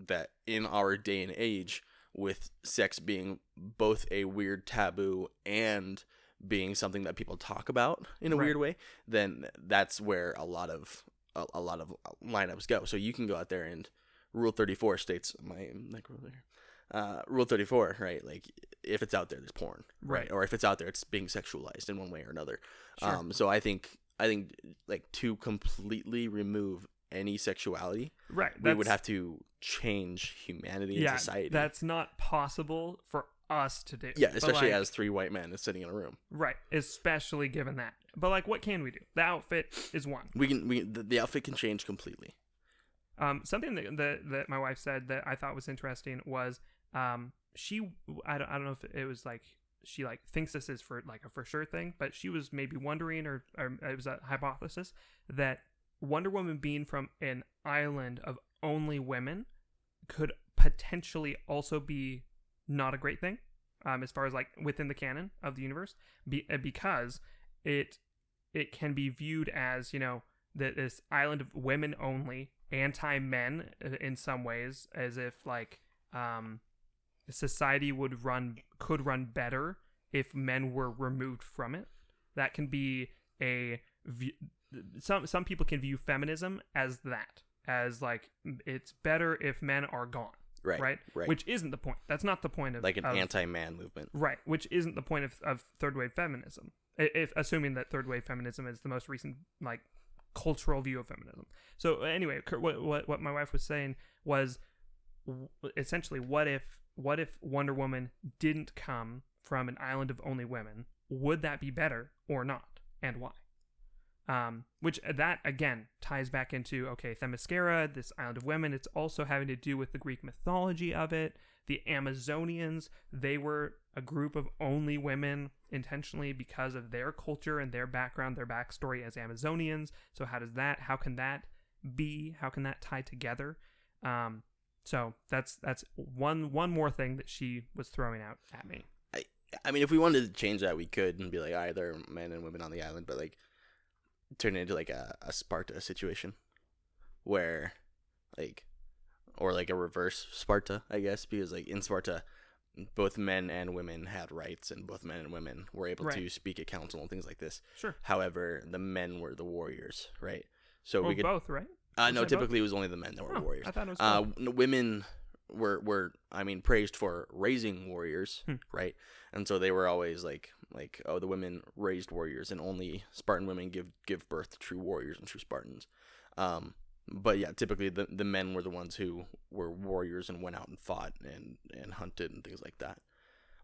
[SPEAKER 3] that in our day and age with sex being both a weird taboo and being something that people talk about in a
[SPEAKER 1] Right.
[SPEAKER 3] weird way, then that's where a lot of a, a lot of lineups go. So you can go out there and Rule 34 states my like over there. Uh, Rule 34, right? Like if it's out there, there's porn,
[SPEAKER 1] Right.
[SPEAKER 3] Or if it's out there, it's being sexualized in one way or another.
[SPEAKER 1] Sure.
[SPEAKER 3] Um, so I think I think like to completely remove any sexuality,
[SPEAKER 1] right.
[SPEAKER 3] we would
[SPEAKER 1] that's-
[SPEAKER 3] have to change humanity and society.
[SPEAKER 1] That's not possible for us to do.
[SPEAKER 3] yeah,
[SPEAKER 1] But,
[SPEAKER 3] especially
[SPEAKER 1] like-
[SPEAKER 3] as three white men is sitting in a room.
[SPEAKER 1] right, especially given that. But like, what can we do? The outfit is one.
[SPEAKER 3] We can we the, the outfit can change completely.
[SPEAKER 1] Um, something that, that that my wife said that I thought was interesting was um she I don't, I don't know if it was like she like thinks this is for like a for sure thing, but she was maybe wondering or, or it was a hypothesis that Wonder Woman being from an island of only women could potentially also be not a great thing um, as far as like within the canon of the universe be- uh, because it it can be viewed as you know that this island of women only anti men in some ways as if like um society would run could run better if men were removed from it that can be a view, some some people can view feminism as that as like it's better if men are gone
[SPEAKER 3] Right.
[SPEAKER 1] right,
[SPEAKER 3] Right.
[SPEAKER 1] which isn't the point that's not the point of
[SPEAKER 3] like an
[SPEAKER 1] of-
[SPEAKER 3] anti-man movement.
[SPEAKER 1] Right, which isn't the point of, of third wave feminism. I- If assuming that third wave feminism is the most recent like cultural view of feminism. So anyway, cur- what what, what my wife was saying was w- essentially what if what if Wonder Woman didn't come from an island of only women? Would that be better or not, and why? Um, which uh, that again ties back into okay, Themyscira, this island of women. It's also having to do with the Greek mythology of it. The Amazonians, they were a group of only women intentionally because of their culture and their background, their backstory as Amazonians. So how does that? How can that be? How can that tie together? Um, So that's that's one one more thing that she was throwing out at me.
[SPEAKER 3] I mean, if we wanted to change that, we could and be like, all right, there are men and women on the island, but like, turn it into like a, a Sparta situation where, like, or like a reverse Sparta, I guess, because like in Sparta, both men and women had rights and both men and women were able to
[SPEAKER 1] Right.
[SPEAKER 3] speak at council and things like this.
[SPEAKER 1] Sure.
[SPEAKER 3] However, the men were the warriors, right? So
[SPEAKER 1] Well,
[SPEAKER 3] we could.
[SPEAKER 1] both, right?
[SPEAKER 3] Uh,
[SPEAKER 1] Is
[SPEAKER 3] no,
[SPEAKER 1] it both?
[SPEAKER 3] typically it was only the men that were
[SPEAKER 1] Oh,
[SPEAKER 3] warriors
[SPEAKER 1] I thought it was
[SPEAKER 3] uh,
[SPEAKER 1] both.
[SPEAKER 3] n- women were were I mean praised for raising warriors,
[SPEAKER 1] Hmm.
[SPEAKER 3] right? And so they were always like like oh the women raised warriors and only Spartan women give give birth to true warriors and true Spartans. Um, but yeah, typically the, the men were the ones who were warriors and went out and fought and and hunted and things like that.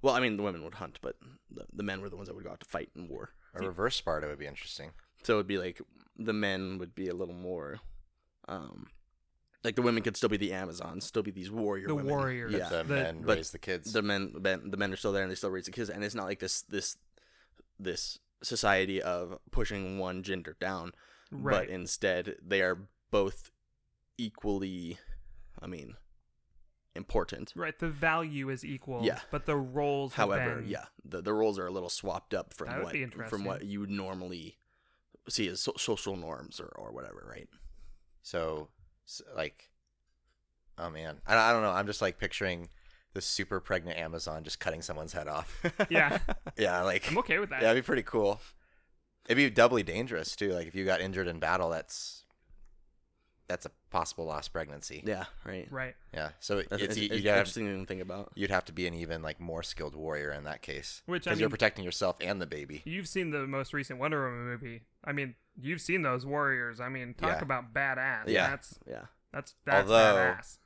[SPEAKER 3] Well, I mean the women would hunt, but the, the men were the ones that would go out to fight in war.
[SPEAKER 2] A reverse Sparta would be interesting.
[SPEAKER 3] So it'd be like the men would be a little more, um, like the women could still be the Amazons, still be these warrior.
[SPEAKER 1] The
[SPEAKER 3] women.
[SPEAKER 1] warriors.
[SPEAKER 3] Yeah.
[SPEAKER 2] the,
[SPEAKER 1] The-
[SPEAKER 2] men
[SPEAKER 3] but
[SPEAKER 2] raise the kids.
[SPEAKER 3] The men, men, the men are still there, and they still raise the kids. And it's not like this, this, this society of pushing one gender down,
[SPEAKER 1] Right.
[SPEAKER 3] but instead they are both equally. I mean, important.
[SPEAKER 1] right. The value is equal.
[SPEAKER 3] Yeah.
[SPEAKER 1] But the roles. have
[SPEAKER 3] However,
[SPEAKER 1] been-
[SPEAKER 3] yeah, the, the roles are a little swapped up
[SPEAKER 1] That
[SPEAKER 3] from
[SPEAKER 1] would
[SPEAKER 3] what
[SPEAKER 1] be
[SPEAKER 3] from
[SPEAKER 1] interesting.
[SPEAKER 3] what you normally see as so- social norms or, or whatever, right?
[SPEAKER 2] So, s like, oh man, I, I don't know. I'm just like picturing this super pregnant Amazon just cutting someone's head off.
[SPEAKER 1] Yeah.
[SPEAKER 2] yeah, like
[SPEAKER 1] I'm okay with that.
[SPEAKER 2] yeah, that'd be pretty cool. It'd be doubly dangerous too. Like if you got injured in battle, that's that's a possible lost pregnancy.
[SPEAKER 3] Yeah, right.
[SPEAKER 1] Right.
[SPEAKER 2] Yeah, so it's,
[SPEAKER 3] That's it's, e,
[SPEAKER 2] you-
[SPEAKER 3] it's,
[SPEAKER 2] you'd, have,
[SPEAKER 3] interesting to think about.
[SPEAKER 2] you'd have to be an even like more skilled warrior in that case,
[SPEAKER 1] Which, I
[SPEAKER 2] you're
[SPEAKER 1] mean-
[SPEAKER 2] protecting yourself and the baby.
[SPEAKER 1] You've seen the most recent Wonder Woman movie. I mean, you've seen those warriors. I mean, talk
[SPEAKER 2] Yeah.
[SPEAKER 1] about badass.
[SPEAKER 2] Yeah.
[SPEAKER 1] That's
[SPEAKER 3] Yeah,
[SPEAKER 1] that's that's
[SPEAKER 2] Although-
[SPEAKER 1] badass.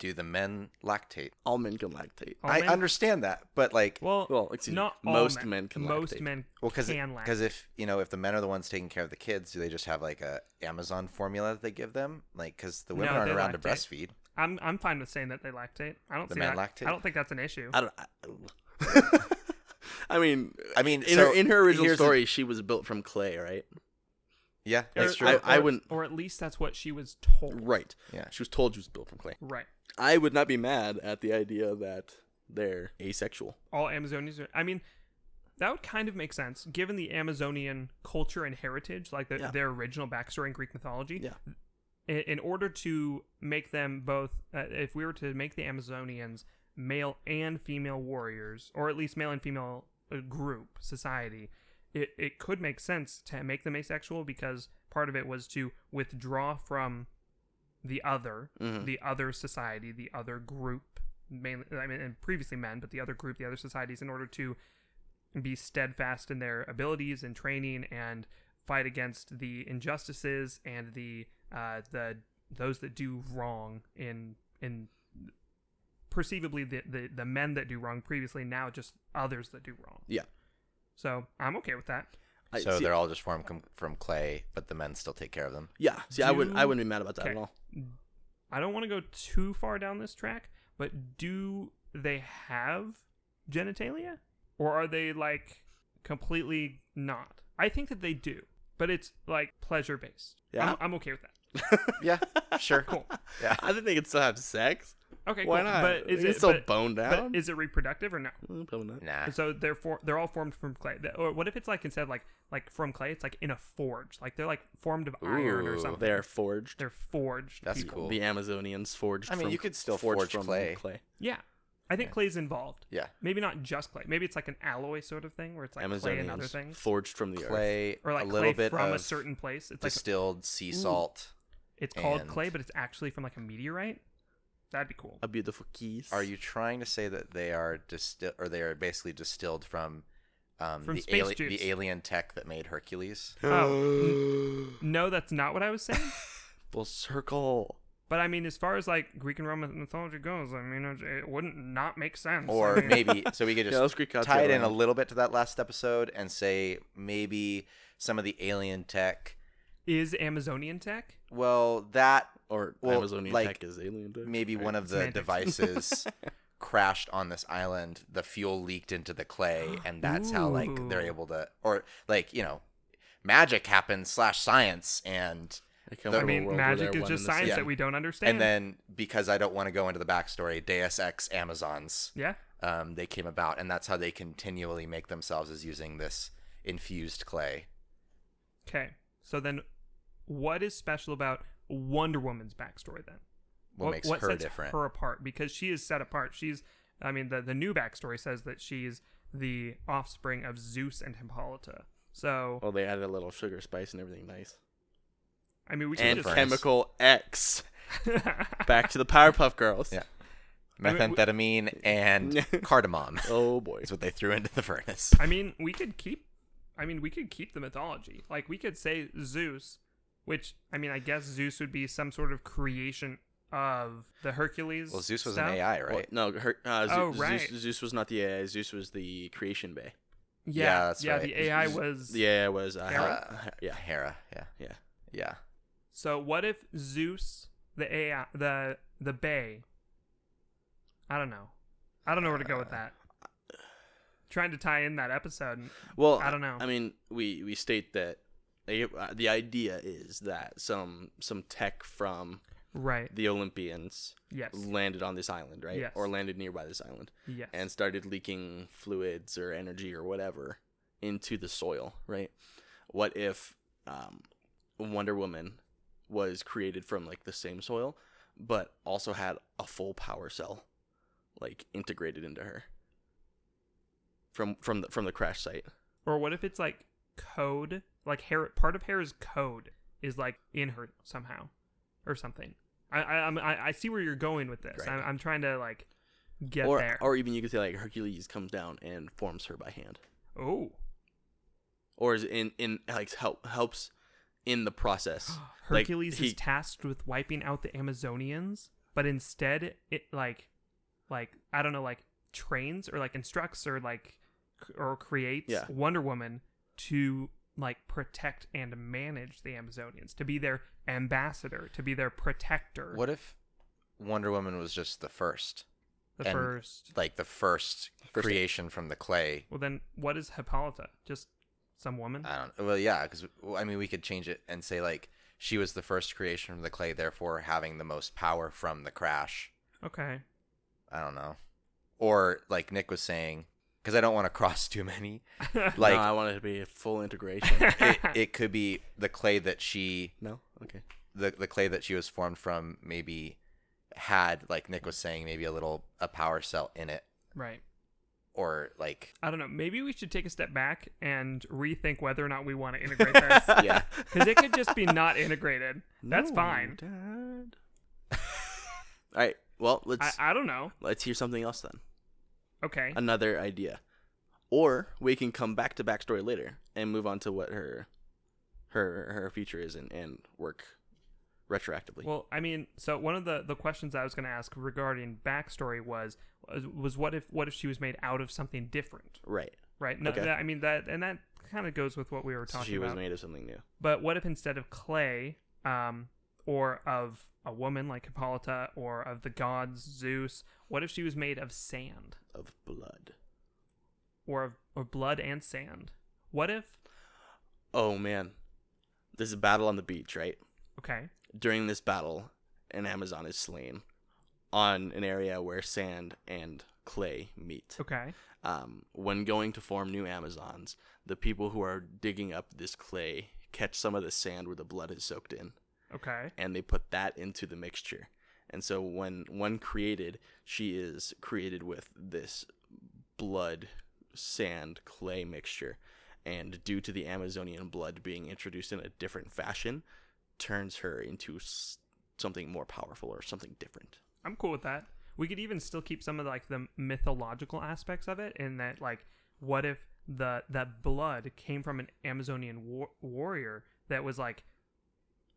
[SPEAKER 2] Do the men lactate?
[SPEAKER 3] all men can lactate.
[SPEAKER 1] All
[SPEAKER 2] I
[SPEAKER 1] men-
[SPEAKER 2] understand that, but like,
[SPEAKER 1] Oh, Well,
[SPEAKER 3] Well, excuse me,
[SPEAKER 1] not all
[SPEAKER 3] most
[SPEAKER 1] men,
[SPEAKER 3] men can
[SPEAKER 1] Most
[SPEAKER 3] lactate.
[SPEAKER 1] men
[SPEAKER 2] Well, because
[SPEAKER 1] can lactate.
[SPEAKER 2] because if you know if the men are the ones taking care of the kids, do they just have like a Amazon formula that they give them? Like because the women
[SPEAKER 1] No,
[SPEAKER 2] aren't
[SPEAKER 1] they
[SPEAKER 2] around to
[SPEAKER 1] lactate.
[SPEAKER 2] breastfeed.
[SPEAKER 1] I'm I'm fine with saying that they lactate. I don't
[SPEAKER 2] The
[SPEAKER 1] see
[SPEAKER 2] men
[SPEAKER 1] that.
[SPEAKER 2] lactate?
[SPEAKER 1] I don't think that's an issue.
[SPEAKER 3] I don't. I, I mean,
[SPEAKER 2] I mean,
[SPEAKER 3] in
[SPEAKER 2] so
[SPEAKER 3] her in her original
[SPEAKER 2] here's the-
[SPEAKER 3] story, she was built from clay, right?
[SPEAKER 2] yeah, that's
[SPEAKER 1] Or-
[SPEAKER 2] true.
[SPEAKER 1] Or,
[SPEAKER 3] I- I
[SPEAKER 1] or-
[SPEAKER 3] wouldn't-
[SPEAKER 1] Or at least that's what she was told.
[SPEAKER 3] Right.
[SPEAKER 2] Yeah.
[SPEAKER 3] She was told she was built from clay.
[SPEAKER 1] Right.
[SPEAKER 3] I would not be mad at the idea that they're asexual.
[SPEAKER 1] All Amazonians. Are, I mean, that would kind of make sense given the Amazonian culture and heritage, like the,
[SPEAKER 3] Yeah.
[SPEAKER 1] their original backstory in Greek mythology.
[SPEAKER 3] Yeah.
[SPEAKER 1] in, in order to make them both uh, if we were to make the amazonians male and female warriors or at least male and female uh, group society it, it could make sense to make them asexual because part of it was to withdraw from the other
[SPEAKER 3] Mhm.
[SPEAKER 1] the other society the other group mainly i mean and previously men but the other group the other societies in order to be steadfast in their abilities and training and fight against the injustices and the uh, the those that do wrong in in perceivably the, the the men that do wrong previously now just others that do wrong.
[SPEAKER 3] Yeah.
[SPEAKER 1] So I'm okay with that.
[SPEAKER 3] I,
[SPEAKER 2] so
[SPEAKER 3] see,
[SPEAKER 2] they're all just formed com- from clay, but the men still take care of them.
[SPEAKER 3] yeah. See, I would I
[SPEAKER 1] Do-
[SPEAKER 3] wouldn't be mad about that at
[SPEAKER 1] Okay.
[SPEAKER 3] all.
[SPEAKER 1] I don't want to go too far down this track, but do they have genitalia or are they like completely not? I think that they do, but it's like pleasure based.
[SPEAKER 3] Yeah.
[SPEAKER 1] I'm, I'm okay with that.
[SPEAKER 2] Yeah, sure.
[SPEAKER 1] Cool.
[SPEAKER 2] Yeah.
[SPEAKER 3] I think they could still have sex.
[SPEAKER 1] Okay,
[SPEAKER 3] Why
[SPEAKER 1] cool.
[SPEAKER 3] not?
[SPEAKER 1] But is
[SPEAKER 3] They can
[SPEAKER 1] it
[SPEAKER 3] still
[SPEAKER 1] but-
[SPEAKER 3] bone down?
[SPEAKER 1] But is it reproductive or no?
[SPEAKER 3] Mm, probably not.
[SPEAKER 2] Nah.
[SPEAKER 1] And so they're for, they're all formed from clay. Th- Or what if it's like instead of like like from clay, it's like in a forge. Like they're like formed of iron or
[SPEAKER 2] Ooh,
[SPEAKER 1] something.
[SPEAKER 3] They're forged.
[SPEAKER 1] They're forged.
[SPEAKER 2] That's
[SPEAKER 1] people.
[SPEAKER 2] cool.
[SPEAKER 3] The Amazonians forged.
[SPEAKER 2] I mean,
[SPEAKER 3] from-
[SPEAKER 2] you could still
[SPEAKER 3] forged
[SPEAKER 2] forge
[SPEAKER 3] from
[SPEAKER 2] clay.
[SPEAKER 3] clay.
[SPEAKER 1] Yeah, I think clay's involved.
[SPEAKER 2] Yeah,
[SPEAKER 1] Maybe not just clay. Maybe it's like an alloy sort of thing where it's like clay and other
[SPEAKER 3] Amazonians
[SPEAKER 1] things,
[SPEAKER 3] forged from the earth.
[SPEAKER 2] clay
[SPEAKER 1] or like
[SPEAKER 2] a little
[SPEAKER 1] clay
[SPEAKER 2] bit
[SPEAKER 1] from
[SPEAKER 2] of
[SPEAKER 1] a certain place. It's like
[SPEAKER 2] distilled sea salt.
[SPEAKER 1] it's called
[SPEAKER 2] and-
[SPEAKER 1] clay, but it's actually from like a meteorite. That'd be cool.
[SPEAKER 3] A beautiful kiss.
[SPEAKER 2] Are you trying to say that they are distilled, or they are basically distilled from? Um,
[SPEAKER 1] From
[SPEAKER 2] the,
[SPEAKER 1] space
[SPEAKER 2] ali-
[SPEAKER 1] juice.
[SPEAKER 2] the alien tech that made Hercules.
[SPEAKER 1] Oh, n- no, that's not what I was saying.
[SPEAKER 3] full circle?
[SPEAKER 1] But I mean, as far as like Greek and Roman mythology goes, I mean, it, it wouldn't not make sense. I
[SPEAKER 2] or
[SPEAKER 1] mean-
[SPEAKER 2] maybe so we could
[SPEAKER 3] Yeah,
[SPEAKER 2] just
[SPEAKER 3] let's Greek out the
[SPEAKER 2] tie it
[SPEAKER 3] other
[SPEAKER 2] in a
[SPEAKER 3] one.
[SPEAKER 2] little bit to that last episode and say maybe some of the alien tech.
[SPEAKER 1] is Amazonian tech.
[SPEAKER 2] Well, that
[SPEAKER 3] Or
[SPEAKER 2] Well,
[SPEAKER 3] Amazonian
[SPEAKER 2] like,
[SPEAKER 3] tech is alien tech?
[SPEAKER 2] maybe one of the
[SPEAKER 1] Semantics.
[SPEAKER 2] devices crashed on this island. The fuel leaked into the clay, and that's how like they're
[SPEAKER 1] Ooh.
[SPEAKER 2] able to, or like you know, magic happens slash science, and
[SPEAKER 3] come
[SPEAKER 2] I
[SPEAKER 1] I
[SPEAKER 3] from a
[SPEAKER 1] mean,
[SPEAKER 3] world where
[SPEAKER 1] magic
[SPEAKER 3] they're
[SPEAKER 1] is just
[SPEAKER 3] one and the same.
[SPEAKER 1] science
[SPEAKER 2] Yeah.
[SPEAKER 1] that we don't understand.
[SPEAKER 2] And then because I don't want to go into the backstory, Deus Ex Amazons,
[SPEAKER 1] yeah,
[SPEAKER 2] um, they came about, and that's how they continually make themselves is using this infused clay.
[SPEAKER 1] okay. So then, what is special about Wonder Woman's backstory then?
[SPEAKER 2] What, makes her
[SPEAKER 1] sets
[SPEAKER 2] different?
[SPEAKER 1] her apart because she is set apart. She's, I mean, the the new backstory says that she's the offspring of Zeus and Hippolyta. So
[SPEAKER 3] Oh, they added a little sugar, spice, and everything nice.
[SPEAKER 1] I mean, we can
[SPEAKER 3] And
[SPEAKER 1] just
[SPEAKER 2] difference.
[SPEAKER 3] chemical X. Back to the Powerpuff Girls.
[SPEAKER 2] Yeah.
[SPEAKER 1] I mean, we-
[SPEAKER 2] Methamphetamine and cardamom
[SPEAKER 3] Oh boy.
[SPEAKER 2] is what they threw into the furnace.
[SPEAKER 1] I mean, we could keep. I mean, we could keep the mythology. Like we could say Zeus, which I mean, I guess Zeus would be some sort of creation of the Hercules.
[SPEAKER 2] Well, Zeus was
[SPEAKER 1] stuff.
[SPEAKER 2] an AI, right?
[SPEAKER 3] Well, no, her, uh, Zeus,
[SPEAKER 1] Oh, right.
[SPEAKER 3] Zeus, Zeus was not the AI. Zeus was the creation bay.
[SPEAKER 1] Yeah,
[SPEAKER 2] Yeah, that's
[SPEAKER 1] yeah.
[SPEAKER 2] right.
[SPEAKER 1] The AI was.
[SPEAKER 3] The AI was uh,
[SPEAKER 1] Hera?
[SPEAKER 3] Hera. Yeah,
[SPEAKER 2] Hera. Yeah.
[SPEAKER 3] yeah.
[SPEAKER 2] Yeah.
[SPEAKER 1] So what if Zeus, the AI, the the Bay? I don't know. I don't know where to go with that. Trying to tie in that episode.
[SPEAKER 3] Well,
[SPEAKER 1] I don't know.
[SPEAKER 3] I mean, we we state that they, uh, the idea is that some some tech from
[SPEAKER 1] Right.
[SPEAKER 3] the Olympians
[SPEAKER 1] Yes.
[SPEAKER 3] landed on this island, right?
[SPEAKER 1] Yes.
[SPEAKER 3] Or landed nearby this island
[SPEAKER 1] Yes.
[SPEAKER 3] and started leaking fluids or energy or whatever into the soil, right? What if um, Wonder Woman was created from like the same soil, but also had a full power cell like integrated into her from from the from the crash site?
[SPEAKER 1] Or what if it's like code? Like hair, part of Hera's code is like in her somehow, or something. I I I'm- I, I see where you're going with this.
[SPEAKER 3] Right.
[SPEAKER 1] I'm, I'm trying to like get
[SPEAKER 3] or
[SPEAKER 1] there.
[SPEAKER 3] or even you could say like Hercules comes down and forms her by hand,
[SPEAKER 1] oh,
[SPEAKER 3] or is in in like help helps in the process. Like,
[SPEAKER 1] Hercules
[SPEAKER 3] he-
[SPEAKER 1] is tasked with wiping out the Amazonians, but instead it like like I don't know like trains or like instructs or like c- or creates
[SPEAKER 3] Yeah.
[SPEAKER 1] Wonder Woman to like protect and manage the Amazonians to be their ambassador to be their protector
[SPEAKER 2] What if Wonder Woman was just the first,
[SPEAKER 1] the
[SPEAKER 2] and-
[SPEAKER 1] first
[SPEAKER 2] like the first,
[SPEAKER 3] First-
[SPEAKER 2] creation from the clay?
[SPEAKER 1] well then what is Hippolyta just some woman
[SPEAKER 2] I don't. Well, yeah, because I mean, we could change it and say like she was the first creation from the clay, therefore having the most power from the crash.
[SPEAKER 1] okay
[SPEAKER 2] I don't know, or like Nick was saying, because I don't want to cross too many.
[SPEAKER 3] Like
[SPEAKER 2] Like
[SPEAKER 3] I want it to be a full integration.
[SPEAKER 2] it, it could be the clay that she
[SPEAKER 3] no, okay.
[SPEAKER 2] the, the clay that she was formed from maybe had like Nick was saying maybe a little a power cell in it
[SPEAKER 1] right
[SPEAKER 2] or like
[SPEAKER 1] I don't know maybe we should take a step back and rethink whether or not we want to integrate this
[SPEAKER 2] yeah
[SPEAKER 1] because it could just be not integrated. That's
[SPEAKER 3] No,
[SPEAKER 1] fine.
[SPEAKER 3] Dad. All right. Well, let's
[SPEAKER 1] I, I don't know.
[SPEAKER 3] let's hear something else then.
[SPEAKER 1] Okay.
[SPEAKER 3] Another idea, or we can come back to backstory later and move on to what her her her future is and and work retroactively.
[SPEAKER 1] Well, I mean, so one of the the questions I was going to ask regarding backstory was was what if what if she was made out of something different,
[SPEAKER 3] right.
[SPEAKER 1] right? No,
[SPEAKER 3] Okay.
[SPEAKER 1] that, I mean that and that kind of goes with what we were
[SPEAKER 3] So
[SPEAKER 1] talking
[SPEAKER 3] she
[SPEAKER 1] about.
[SPEAKER 3] was made of something new.
[SPEAKER 1] But what if instead of clay, um, or of a woman like Hippolyta, or of the gods Zeus, what if she was made of sand,
[SPEAKER 3] of blood.
[SPEAKER 1] or of or blood and sand? What if?
[SPEAKER 3] Oh man. There's a battle on the beach, right?
[SPEAKER 1] Okay.
[SPEAKER 3] During this battle, an Amazon is slain on an area where sand and clay meet.
[SPEAKER 1] Okay.
[SPEAKER 3] Um, when going to form new Amazons, the people who are digging up this clay catch some of the sand where the blood is soaked in,
[SPEAKER 1] Okay.
[SPEAKER 3] and they put that into the mixture. And so when when created, she is created with this blood sand clay mixture and due to the Amazonian blood being introduced in a different fashion turns her into s- something more powerful or something different.
[SPEAKER 1] I'm cool with that. We could even still keep some of like the mythological aspects of it, in that like, what if the that blood came from an Amazonian war- warrior that was like,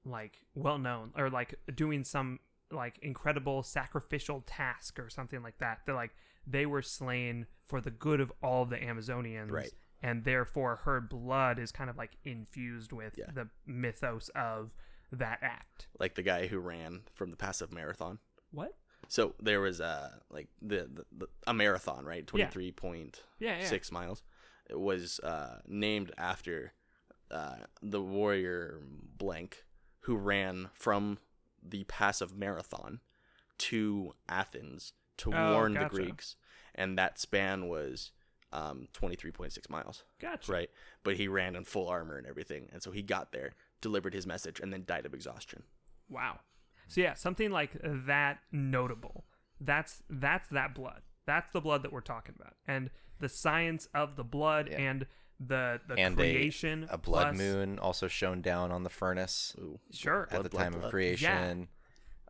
[SPEAKER 1] like well known or like doing some like incredible sacrificial task or something like that. That like they were slain for the good of all the Amazonians,
[SPEAKER 3] Right.
[SPEAKER 1] And therefore, her blood is kind of like infused with
[SPEAKER 3] Yeah.
[SPEAKER 1] the mythos of that act.
[SPEAKER 3] Like the guy who ran from the passive marathon.
[SPEAKER 1] What?
[SPEAKER 3] So there was a like the, the, the a marathon, right?
[SPEAKER 1] Yeah.
[SPEAKER 3] Twenty three point
[SPEAKER 1] Yeah, yeah.
[SPEAKER 3] six miles. It was uh, named after uh, the warrior blank who ran from the pass of Marathon to Athens to
[SPEAKER 1] Oh,
[SPEAKER 3] warn
[SPEAKER 1] gotcha.
[SPEAKER 3] the Greeks, and that span was um, 23.6 miles,
[SPEAKER 1] Gotcha.
[SPEAKER 3] right? But he ran in full armor and everything, and so he got there, delivered his message, and then died of exhaustion.
[SPEAKER 1] Wow. So yeah, something like that notable. That's that's that blood. That's the blood that we're talking about, and the science of the blood
[SPEAKER 2] Yeah.
[SPEAKER 1] and the the
[SPEAKER 2] and a-
[SPEAKER 1] creation.
[SPEAKER 2] a, blood
[SPEAKER 1] plus-
[SPEAKER 2] moon also shone down on the furnace
[SPEAKER 3] Ooh.
[SPEAKER 1] Sure.
[SPEAKER 2] at the
[SPEAKER 3] blood,
[SPEAKER 2] time
[SPEAKER 3] blood.
[SPEAKER 2] of
[SPEAKER 3] Yeah.
[SPEAKER 2] creation.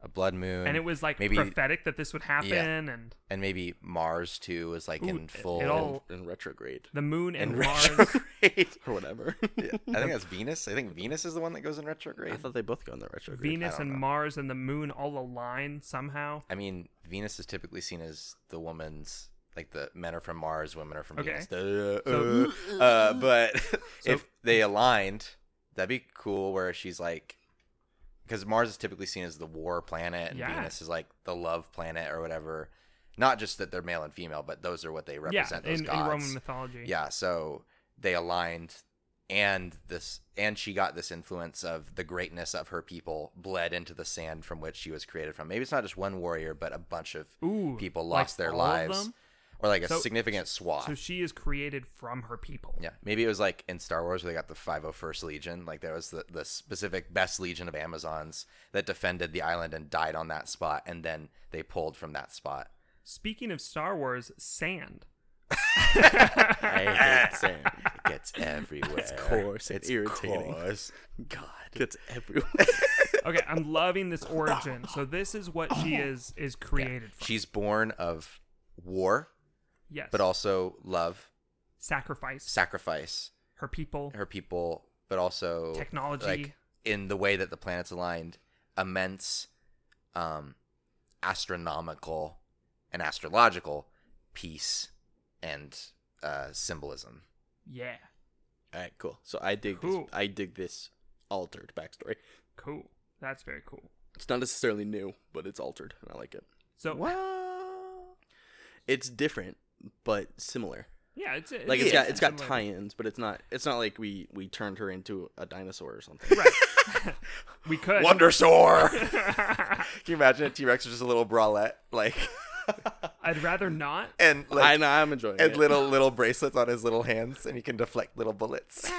[SPEAKER 2] A blood moon,
[SPEAKER 1] and it was like
[SPEAKER 2] maybe
[SPEAKER 1] prophetic that this would happen, and
[SPEAKER 2] and maybe Mars too was like
[SPEAKER 1] Ooh,
[SPEAKER 2] in
[SPEAKER 1] it- it
[SPEAKER 2] full.
[SPEAKER 1] all-
[SPEAKER 3] in retrograde
[SPEAKER 1] the moon and
[SPEAKER 2] in
[SPEAKER 1] Mars.
[SPEAKER 2] retrograde.
[SPEAKER 3] or whatever.
[SPEAKER 2] I think that's Venus. I think Venus is the one that goes in retrograde.
[SPEAKER 3] I thought they both go in the retrograde.
[SPEAKER 1] Venus
[SPEAKER 2] don't
[SPEAKER 1] and
[SPEAKER 2] know.
[SPEAKER 1] Mars and the moon all align somehow.
[SPEAKER 2] I mean, Venus is typically seen as the woman's, like the men are from Mars, women are from
[SPEAKER 1] Okay.
[SPEAKER 2] Venus. Duh,
[SPEAKER 1] So-
[SPEAKER 2] uh, uh, but
[SPEAKER 3] So-
[SPEAKER 2] if they aligned, that'd be cool. Where she's like, because Mars is typically seen as the war planet, and
[SPEAKER 1] Yeah.
[SPEAKER 2] Venus is like the love planet or whatever. Not just that they're male and female, but those are what they
[SPEAKER 1] Yeah,
[SPEAKER 2] represent. those
[SPEAKER 1] in, in
[SPEAKER 2] gods.
[SPEAKER 1] Roman mythology.
[SPEAKER 2] Yeah, so they aligned and this and she got this influence of the greatness of her people bled into the sand from which she was created from. Maybe it's not just one warrior, but a bunch of
[SPEAKER 1] Ooh,
[SPEAKER 2] people
[SPEAKER 1] like
[SPEAKER 2] lost their
[SPEAKER 1] all of
[SPEAKER 2] lives.
[SPEAKER 1] them?
[SPEAKER 2] Or like a
[SPEAKER 1] So-
[SPEAKER 2] significant swath.
[SPEAKER 1] So she is created from her people.
[SPEAKER 2] yeah. Maybe it was like in Star Wars where they got the five oh first Legion, like there was the, the specific best legion of Amazons that defended the island and died on that spot and then they pulled from that spot.
[SPEAKER 1] Speaking of Star Wars, sand.
[SPEAKER 3] I hate sand.
[SPEAKER 2] It gets everywhere. It's
[SPEAKER 3] coarse and irritating.
[SPEAKER 2] coarse.
[SPEAKER 3] God, it's everywhere.
[SPEAKER 1] Okay, I'm loving this origin. So this is what she is is created from.
[SPEAKER 2] She's born of war,
[SPEAKER 1] yes,
[SPEAKER 2] but also love,
[SPEAKER 1] sacrifice
[SPEAKER 2] sacrifice,
[SPEAKER 1] her people.
[SPEAKER 2] her people, but also
[SPEAKER 1] Technology.
[SPEAKER 2] like, in the way that the planets aligned, immense, um, astronomical, and astrological peace and uh, symbolism.
[SPEAKER 1] yeah,
[SPEAKER 3] All right, cool. So I dig
[SPEAKER 1] Cool.
[SPEAKER 3] this. I dig this altered backstory.
[SPEAKER 1] cool. That's very cool.
[SPEAKER 3] It's not necessarily new, but it's altered, and I like it.
[SPEAKER 1] So
[SPEAKER 2] Well,
[SPEAKER 3] It's different, but similar.
[SPEAKER 1] yeah, it's
[SPEAKER 3] Like
[SPEAKER 1] it's
[SPEAKER 3] it's got it's got
[SPEAKER 1] similar.
[SPEAKER 3] tie-ins, but it's not it's not like we we turned her into a dinosaur or something.
[SPEAKER 1] Right. we could.
[SPEAKER 2] Wondersaur. Can you imagine a T Rex with just a little bralette, like,
[SPEAKER 1] I'd rather not.
[SPEAKER 2] and
[SPEAKER 3] I
[SPEAKER 2] like,
[SPEAKER 3] know I'm enjoying
[SPEAKER 2] and
[SPEAKER 3] it.
[SPEAKER 2] little little bracelets on his little hands, and he can deflect little bullets.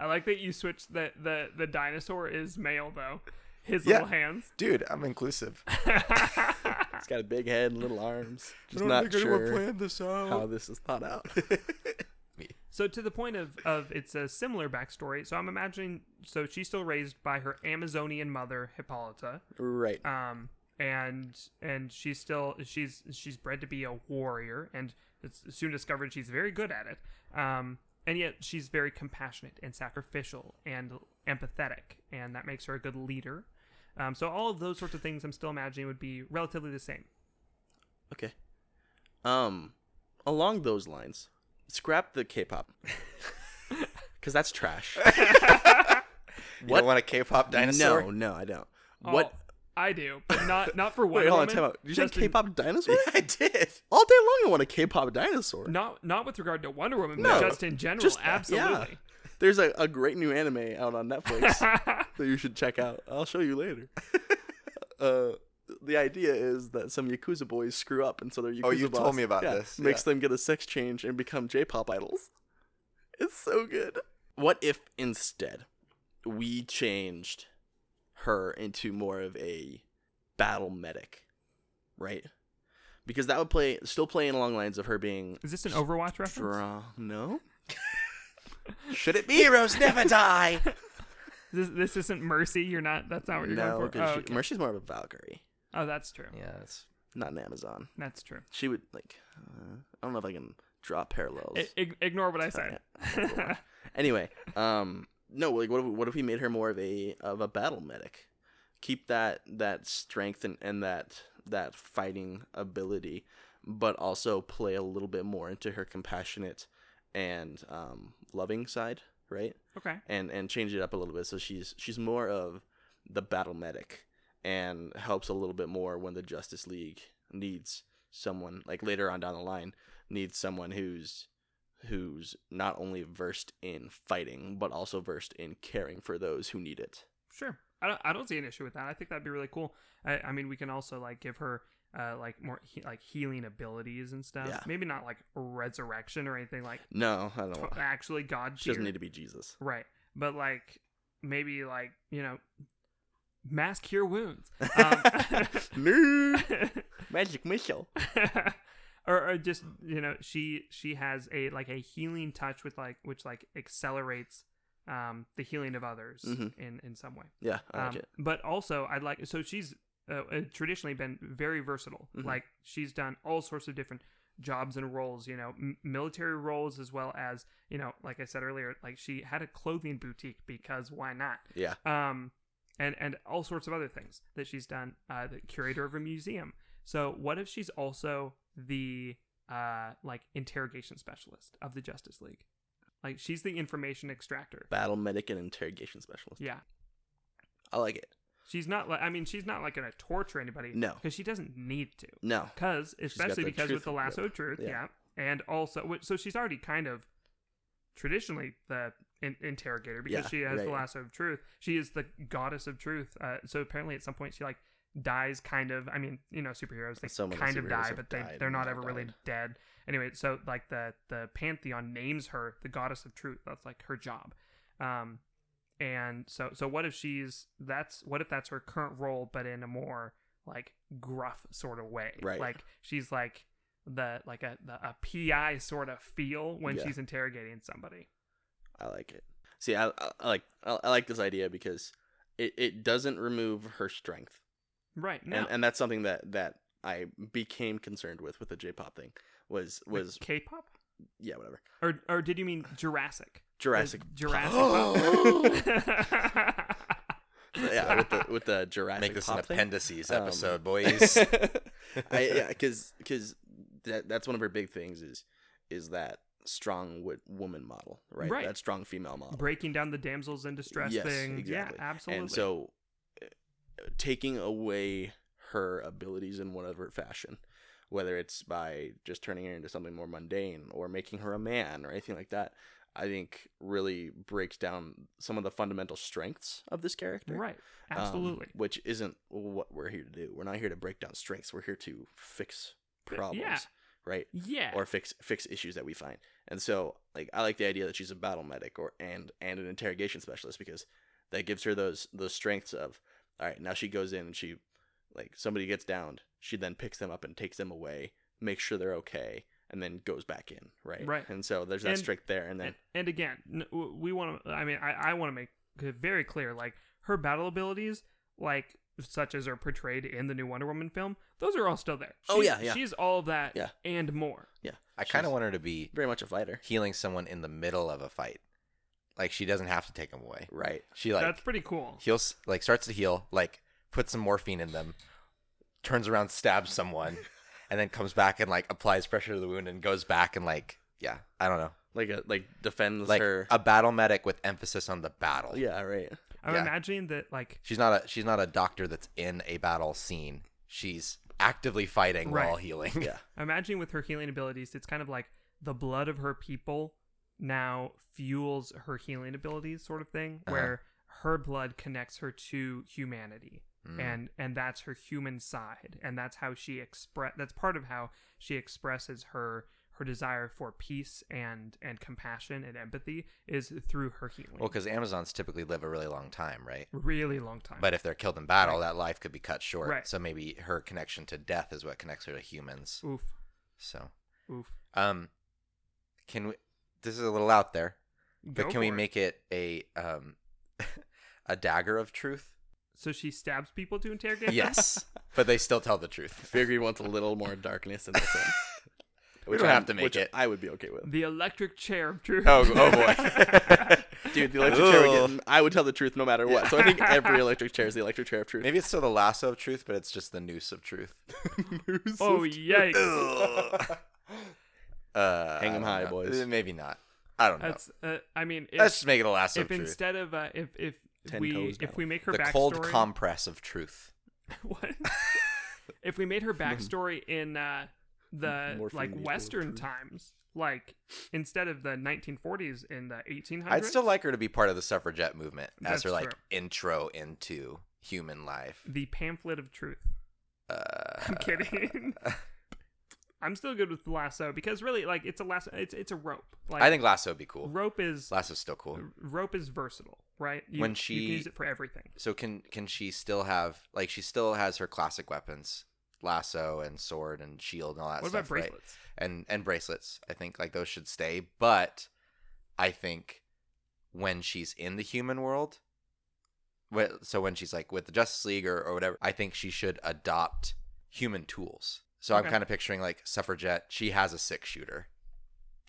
[SPEAKER 1] I like that you switched the the the dinosaur is male though. His
[SPEAKER 2] Yeah.
[SPEAKER 1] little hands.
[SPEAKER 2] Dude, I'm inclusive.
[SPEAKER 3] it's got a big head and little arms. Just not sure
[SPEAKER 2] this
[SPEAKER 3] how this is thought out.
[SPEAKER 1] So to the point of of it's a similar backstory. So I'm imagining. So she's still raised by her Amazonian mother Hippolyta.
[SPEAKER 3] right.
[SPEAKER 1] um and and she's still she's she's bred to be a warrior and it's soon discovered she's very good at it um and yet she's very compassionate and sacrificial and empathetic and that makes her a good leader um, so all of those sorts of things i'm still imagining would be relatively the same
[SPEAKER 3] Okay. Um, along those lines, scrap the K-pop because that's trash.
[SPEAKER 2] You don't want a K-pop dinosaur?
[SPEAKER 3] No, no, I don't. What?
[SPEAKER 1] Oh, i do but not not for one
[SPEAKER 3] Wait, hold on,
[SPEAKER 1] woman,
[SPEAKER 3] time out. Did you say
[SPEAKER 1] just in-
[SPEAKER 3] K-pop dinosaur?
[SPEAKER 2] I did.
[SPEAKER 3] All day long, I want a K-pop dinosaur.
[SPEAKER 1] not not with regard to wonder woman
[SPEAKER 3] No,
[SPEAKER 1] but just in general
[SPEAKER 3] Just-
[SPEAKER 1] absolutely
[SPEAKER 3] yeah. There's a, a great new anime out on Netflix that you should check out. I'll show you later. uh, the idea is that some Yakuza boys screw up, and so their Yakuza
[SPEAKER 2] Oh, you
[SPEAKER 3] boss,
[SPEAKER 2] told me about
[SPEAKER 3] yeah,
[SPEAKER 2] this,
[SPEAKER 3] Makes
[SPEAKER 2] yeah.
[SPEAKER 3] them get a sex change and become J-pop idols. It's so good. What if instead we changed her into more of a battle medic, right? Because that would play still playing along lines of her being
[SPEAKER 1] is this an overwatch reference
[SPEAKER 3] strong. No,
[SPEAKER 2] Should it be? Heroes never die.
[SPEAKER 1] This, this isn't mercy. You're not. That's not what you're going
[SPEAKER 3] no,
[SPEAKER 1] for. Oh,
[SPEAKER 3] because
[SPEAKER 1] okay.
[SPEAKER 3] Mercy's more of a Valkyrie,
[SPEAKER 1] Oh, that's true.
[SPEAKER 2] yeah, it's
[SPEAKER 3] not an Amazon.
[SPEAKER 1] That's true.
[SPEAKER 3] she would like uh, i don't know if i can draw parallels
[SPEAKER 1] I, ig- ignore what I said.
[SPEAKER 3] anyway um no like what if, what if we made her more of a of a battle medic keep that that strength and, and that that fighting ability but also play a little bit more into her compassionate and um loving side right
[SPEAKER 1] okay.
[SPEAKER 3] and and change it up a little bit so she's she's more of the battle medic and helps a little bit more when the justice league needs someone like later on down the line needs someone who's who's not only versed in fighting but also versed in caring for those who need it
[SPEAKER 1] Sure. I don't, I don't see an issue with that. I think that'd be really cool. I, I mean, we can also like give her uh, like more he, like healing abilities and stuff.
[SPEAKER 3] Yeah.
[SPEAKER 1] Maybe not like resurrection or anything like
[SPEAKER 3] No, I don't.
[SPEAKER 1] tw- actually God
[SPEAKER 3] She doesn't
[SPEAKER 1] tier.
[SPEAKER 3] need to be Jesus.
[SPEAKER 1] right, but like maybe like you know, mass cure wounds. Um,
[SPEAKER 3] Nerd. Magic missile.
[SPEAKER 1] or, or just you know she she has a like a healing touch with like which like accelerates um the healing of others
[SPEAKER 3] Mhm.
[SPEAKER 1] in in some way
[SPEAKER 3] Yeah, I like
[SPEAKER 1] um,
[SPEAKER 3] it.
[SPEAKER 1] But also, I'd like so she's uh, uh, traditionally been very versatile.
[SPEAKER 3] Mhm.
[SPEAKER 1] Like she's done all sorts of different jobs and roles. You know, m- military roles as well as you know, like I said earlier, like she had a clothing boutique because why not?
[SPEAKER 3] Yeah.
[SPEAKER 1] Um, and and all sorts of other things that she's done. Uh, the curator of a museum. So what if she's also the uh like interrogation specialist of the Justice League? Like she's the information extractor.
[SPEAKER 3] Battle medic and interrogation specialist.
[SPEAKER 1] Yeah.
[SPEAKER 3] I like it.
[SPEAKER 1] She's not like I mean she's not like gonna torture anybody.
[SPEAKER 3] No.
[SPEAKER 1] because she doesn't need to.
[SPEAKER 3] No.
[SPEAKER 1] Because
[SPEAKER 3] got
[SPEAKER 1] especially
[SPEAKER 3] the
[SPEAKER 1] because
[SPEAKER 3] truth
[SPEAKER 1] with the lasso of truth,
[SPEAKER 3] Yeah.
[SPEAKER 1] yeah. and also which- so she's already kind of traditionally the in- interrogator because
[SPEAKER 3] Yeah,
[SPEAKER 1] she has
[SPEAKER 3] right.
[SPEAKER 1] the lasso of truth. She is the goddess of truth. Uh, so apparently at some point she like dies kind of. I mean you know superheroes they
[SPEAKER 3] So many
[SPEAKER 1] kind of
[SPEAKER 3] superheroes
[SPEAKER 1] die
[SPEAKER 3] have
[SPEAKER 1] but they
[SPEAKER 3] died
[SPEAKER 1] they're
[SPEAKER 3] and
[SPEAKER 1] not
[SPEAKER 3] not
[SPEAKER 1] ever really
[SPEAKER 3] died.
[SPEAKER 1] dead. Anyway, so like the the pantheon names her the goddess of truth. That's like her job. Um, and so so what if she's that's what if that's her current role but in a more like gruff sort of way
[SPEAKER 3] Right.
[SPEAKER 1] like she's like the like a the, a pi sort of feel when
[SPEAKER 3] Yeah.
[SPEAKER 1] she's interrogating somebody
[SPEAKER 3] I like it. See, I, I, I like I, I like this idea because it, it doesn't remove her strength,
[SPEAKER 1] right now
[SPEAKER 3] and and that's something that that I became concerned with with the J-pop thing was was
[SPEAKER 1] k-pop
[SPEAKER 3] yeah whatever
[SPEAKER 1] or or did you mean jurassic
[SPEAKER 3] Jurassic
[SPEAKER 1] The jurassic pop?
[SPEAKER 3] yeah with the with the Jurassic
[SPEAKER 2] Make this an
[SPEAKER 3] Pop thing.
[SPEAKER 2] appendices
[SPEAKER 3] Um,
[SPEAKER 2] episode, boys.
[SPEAKER 3] I yeah, because because that that's one of her big things is is that strong wo- woman model, right?
[SPEAKER 1] Right.
[SPEAKER 3] That strong female model.
[SPEAKER 1] breaking down the damsels in distress
[SPEAKER 3] Yes,
[SPEAKER 1] thing
[SPEAKER 3] exactly.
[SPEAKER 1] yeah absolutely
[SPEAKER 3] And so, uh, taking away her abilities in whatever fashion, whether it's by just turning her into something more mundane or making her a man or anything like that, I think really breaks down some of the fundamental strengths of this character.
[SPEAKER 1] right
[SPEAKER 3] um,
[SPEAKER 1] absolutely
[SPEAKER 3] which isn't what we're here to do. We're not here to break down strengths. We're here to fix problems, right?
[SPEAKER 1] yeah
[SPEAKER 3] Or fix fix issues that we find. And so, like, I like the idea that she's a battle medic or and and an interrogation specialist because that gives her those those strengths of all right. Now she goes in and she like somebody gets downed. She then picks them up and takes them away, makes sure they're okay, and then goes back in, right?
[SPEAKER 1] Right.
[SPEAKER 3] And so there's that
[SPEAKER 1] And-
[SPEAKER 3] strength there, and then
[SPEAKER 1] and, and again n- w- we want to i mean i, I want to make it very clear like her battle abilities like such as are portrayed in the new wonder woman film those are all still there
[SPEAKER 3] Oh,
[SPEAKER 1] She's-
[SPEAKER 3] yeah, yeah.
[SPEAKER 1] she's all of that
[SPEAKER 3] Yeah.
[SPEAKER 1] and more
[SPEAKER 3] yeah,
[SPEAKER 2] I kind of
[SPEAKER 3] she's
[SPEAKER 2] want her to be
[SPEAKER 3] very much a fighter,
[SPEAKER 2] healing someone in the middle of a fight. Like she doesn't have to take him away.
[SPEAKER 3] right?
[SPEAKER 2] She like
[SPEAKER 1] that's pretty cool
[SPEAKER 2] heals like starts to heal like puts some morphine in them turns around stabs someone and then comes back and like applies pressure to the wound and goes back and like yeah i don't know
[SPEAKER 3] Like a like defends
[SPEAKER 2] like
[SPEAKER 3] her.
[SPEAKER 2] a battle medic with emphasis on the battle
[SPEAKER 3] yeah, right.
[SPEAKER 1] i'm
[SPEAKER 2] yeah.
[SPEAKER 1] imagining that like
[SPEAKER 2] she's not a she's not a doctor that's in a battle scene she's actively fighting while
[SPEAKER 1] Right.
[SPEAKER 2] healing
[SPEAKER 3] Yeah.
[SPEAKER 1] I'm imagining with her healing abilities it's kind of like the blood of her people now fuels her healing abilities sort of thing
[SPEAKER 2] Uh-huh.
[SPEAKER 1] where her blood connects her to humanity
[SPEAKER 2] Mm.
[SPEAKER 1] and and that's her human side and that's how she express that's part of how she expresses her her desire for peace and and compassion and empathy is through her healing
[SPEAKER 2] well because amazons typically live a really long time right
[SPEAKER 1] really long time
[SPEAKER 2] but if they're killed in battle that life could be cut short
[SPEAKER 1] Right.
[SPEAKER 2] so maybe her connection to death is what connects her to humans
[SPEAKER 1] oof
[SPEAKER 2] so
[SPEAKER 1] oof
[SPEAKER 2] Um, can we? This is a little out there, but
[SPEAKER 1] Go
[SPEAKER 2] can we
[SPEAKER 1] for it.
[SPEAKER 2] make it a um a dagger of truth?
[SPEAKER 1] so she stabs people to interrogate them?
[SPEAKER 2] Yes, but they still tell the truth.
[SPEAKER 3] Figure wants a little more darkness in this one.
[SPEAKER 2] We don't have to make
[SPEAKER 3] which
[SPEAKER 2] it.
[SPEAKER 3] I would be okay with.
[SPEAKER 1] the electric chair of truth
[SPEAKER 2] Oh, oh boy,
[SPEAKER 3] Dude, the electric chair
[SPEAKER 2] Ugh.
[SPEAKER 3] would get, I would tell the truth no matter what. So I think every electric chair is the electric chair of truth.
[SPEAKER 2] Maybe it's still the lasso of truth, but it's just the noose of truth.
[SPEAKER 1] oh yikes
[SPEAKER 2] Ugh. uh,
[SPEAKER 3] Hang
[SPEAKER 2] I
[SPEAKER 3] 'em
[SPEAKER 2] don't
[SPEAKER 3] high,
[SPEAKER 2] know.
[SPEAKER 3] boys.
[SPEAKER 2] Uh, Maybe not. I don't know.
[SPEAKER 1] that's uh, i mean if,
[SPEAKER 2] Let's just make it a lasso
[SPEAKER 1] if
[SPEAKER 2] of truth.
[SPEAKER 1] instead of uh, if if
[SPEAKER 3] Ten
[SPEAKER 1] we
[SPEAKER 3] toes down.
[SPEAKER 1] if we make her
[SPEAKER 2] The
[SPEAKER 1] backstory
[SPEAKER 2] cold compress of truth.
[SPEAKER 1] What? if we made her backstory in uh, the
[SPEAKER 3] Morphine
[SPEAKER 1] like
[SPEAKER 3] needle
[SPEAKER 1] Western
[SPEAKER 3] proof.
[SPEAKER 1] times, like instead of the 1940s in the 1800s.
[SPEAKER 2] I'd still like her to be part of the suffragette movement as
[SPEAKER 1] That's
[SPEAKER 2] her like
[SPEAKER 1] true.
[SPEAKER 2] intro into human life.
[SPEAKER 1] the pamphlet of truth.
[SPEAKER 2] Uh,
[SPEAKER 1] I'm kidding. I'm still good with lasso because really, like, it's a lasso. It's it's a rope. Like,
[SPEAKER 2] I think Lasso would be cool.
[SPEAKER 1] rope is
[SPEAKER 2] Lasso's still cool.
[SPEAKER 1] rope is versatile, right? You,
[SPEAKER 2] When
[SPEAKER 1] you
[SPEAKER 2] she-
[SPEAKER 1] can use it for everything.
[SPEAKER 2] So can can she still have like she still has her classic weapons, lasso and sword and shield and all that
[SPEAKER 1] What
[SPEAKER 2] stuff.
[SPEAKER 1] about
[SPEAKER 2] right?
[SPEAKER 1] bracelets?
[SPEAKER 2] And and bracelets. I think like those should stay, but I think when she's in the human world, wh- so when she's like with the Justice League or, or whatever, I think she should adopt human tools. So
[SPEAKER 1] Okay.
[SPEAKER 2] I'm kind of picturing like suffragette. She has a six shooter,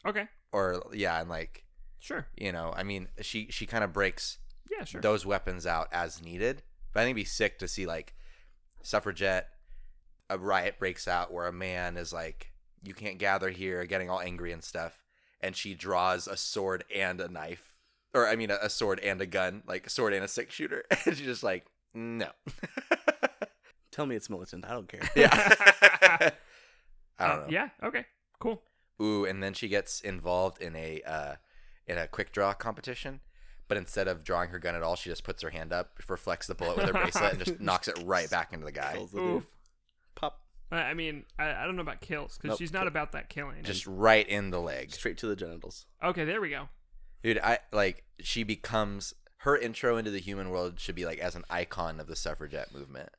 [SPEAKER 1] Okay,
[SPEAKER 2] or yeah, and like
[SPEAKER 1] sure.
[SPEAKER 2] you know, I mean, she she kind of breaks
[SPEAKER 1] Yeah, sure.
[SPEAKER 2] those weapons out as needed. But I think it'd be sick to see like suffragette, a riot breaks out where a man is like, "You can't gather here," getting all angry and stuff, and she draws a sword and a knife, or I mean, a, a sword and a gun, like a sword and a six shooter, and she's just like, "No,
[SPEAKER 3] Tell me it's militant. I don't care.
[SPEAKER 2] yeah." I don't
[SPEAKER 1] Uh,
[SPEAKER 2] know.
[SPEAKER 1] yeah. Okay. Cool.
[SPEAKER 2] Ooh, and then she gets involved in a uh, in a quick draw competition. But instead of drawing her gun at all, she just puts her hand up, reflects the bullet with her bracelet, and just knocks it right back into the guy.
[SPEAKER 3] Kills the dude.
[SPEAKER 1] Oof.
[SPEAKER 3] Pop
[SPEAKER 1] I, I mean, I, I don't know about kills because
[SPEAKER 3] Nope.
[SPEAKER 1] she's not about that killing.
[SPEAKER 2] Just right in the leg.
[SPEAKER 3] straight to the genitals.
[SPEAKER 1] okay, there we go.
[SPEAKER 2] Dude, I like she becomes her intro into the human world should be like as an icon of the suffragette movement.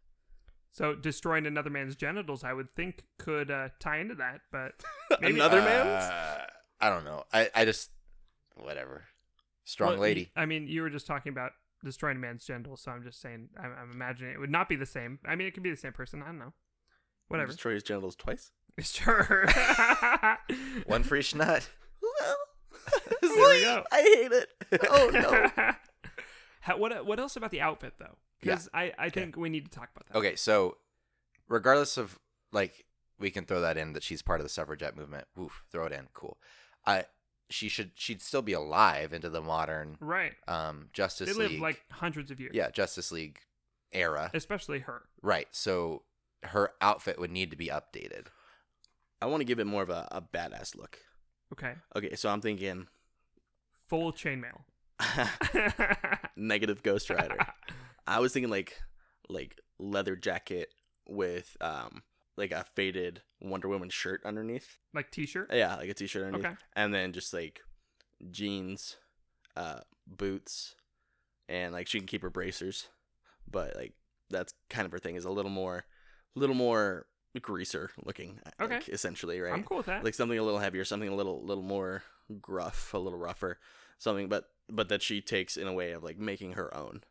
[SPEAKER 1] So destroying another man's genitals, I would think, could uh, tie into that, but maybe
[SPEAKER 3] Another
[SPEAKER 2] Uh,
[SPEAKER 3] man's?
[SPEAKER 2] I don't know. I, I just whatever. Strong
[SPEAKER 1] Well,
[SPEAKER 2] lady.
[SPEAKER 1] I mean, you were just talking about destroying a man's genitals, so I'm just saying, I'm, I'm imagining it would not be the same. I mean, it could be the same person. I don't know. Whatever.
[SPEAKER 3] Destroy his genitals twice.
[SPEAKER 1] Sure.
[SPEAKER 2] One for each nut.
[SPEAKER 1] There we go.
[SPEAKER 3] I hate it. Oh no.
[SPEAKER 1] How, what what else about the outfit though? Because I, I think we need to talk about that.
[SPEAKER 2] Okay, so regardless of like we can throw that in that she's part of the suffragette movement. Woof, throw it in. Cool. I she should she'd still be alive into the modern
[SPEAKER 1] Right.
[SPEAKER 2] um Justice
[SPEAKER 1] they live
[SPEAKER 2] League.
[SPEAKER 1] like hundreds of years.
[SPEAKER 2] yeah, Justice League era.
[SPEAKER 1] Especially her.
[SPEAKER 2] Right. So her outfit would need to be updated.
[SPEAKER 3] I want to give it more of a, a badass look.
[SPEAKER 1] Okay.
[SPEAKER 3] Okay, so I'm thinking
[SPEAKER 1] Full chainmail.
[SPEAKER 3] negative Ghost Rider. I was thinking like like leather jacket with um like a faded Wonder Woman shirt underneath.
[SPEAKER 1] like t-shirt.
[SPEAKER 3] Yeah, like a t-shirt underneath,
[SPEAKER 1] Okay.
[SPEAKER 3] and then just like jeans, uh, boots, and like she can keep her bracers, but like that's kind of her thing is a little more, little more greaser looking. uh,
[SPEAKER 1] Okay.
[SPEAKER 3] like, essentially, right?
[SPEAKER 1] I'm cool with that.
[SPEAKER 3] Like something a little heavier, something a little, little more gruff, a little rougher, something, but but that she takes in a way of like making her own.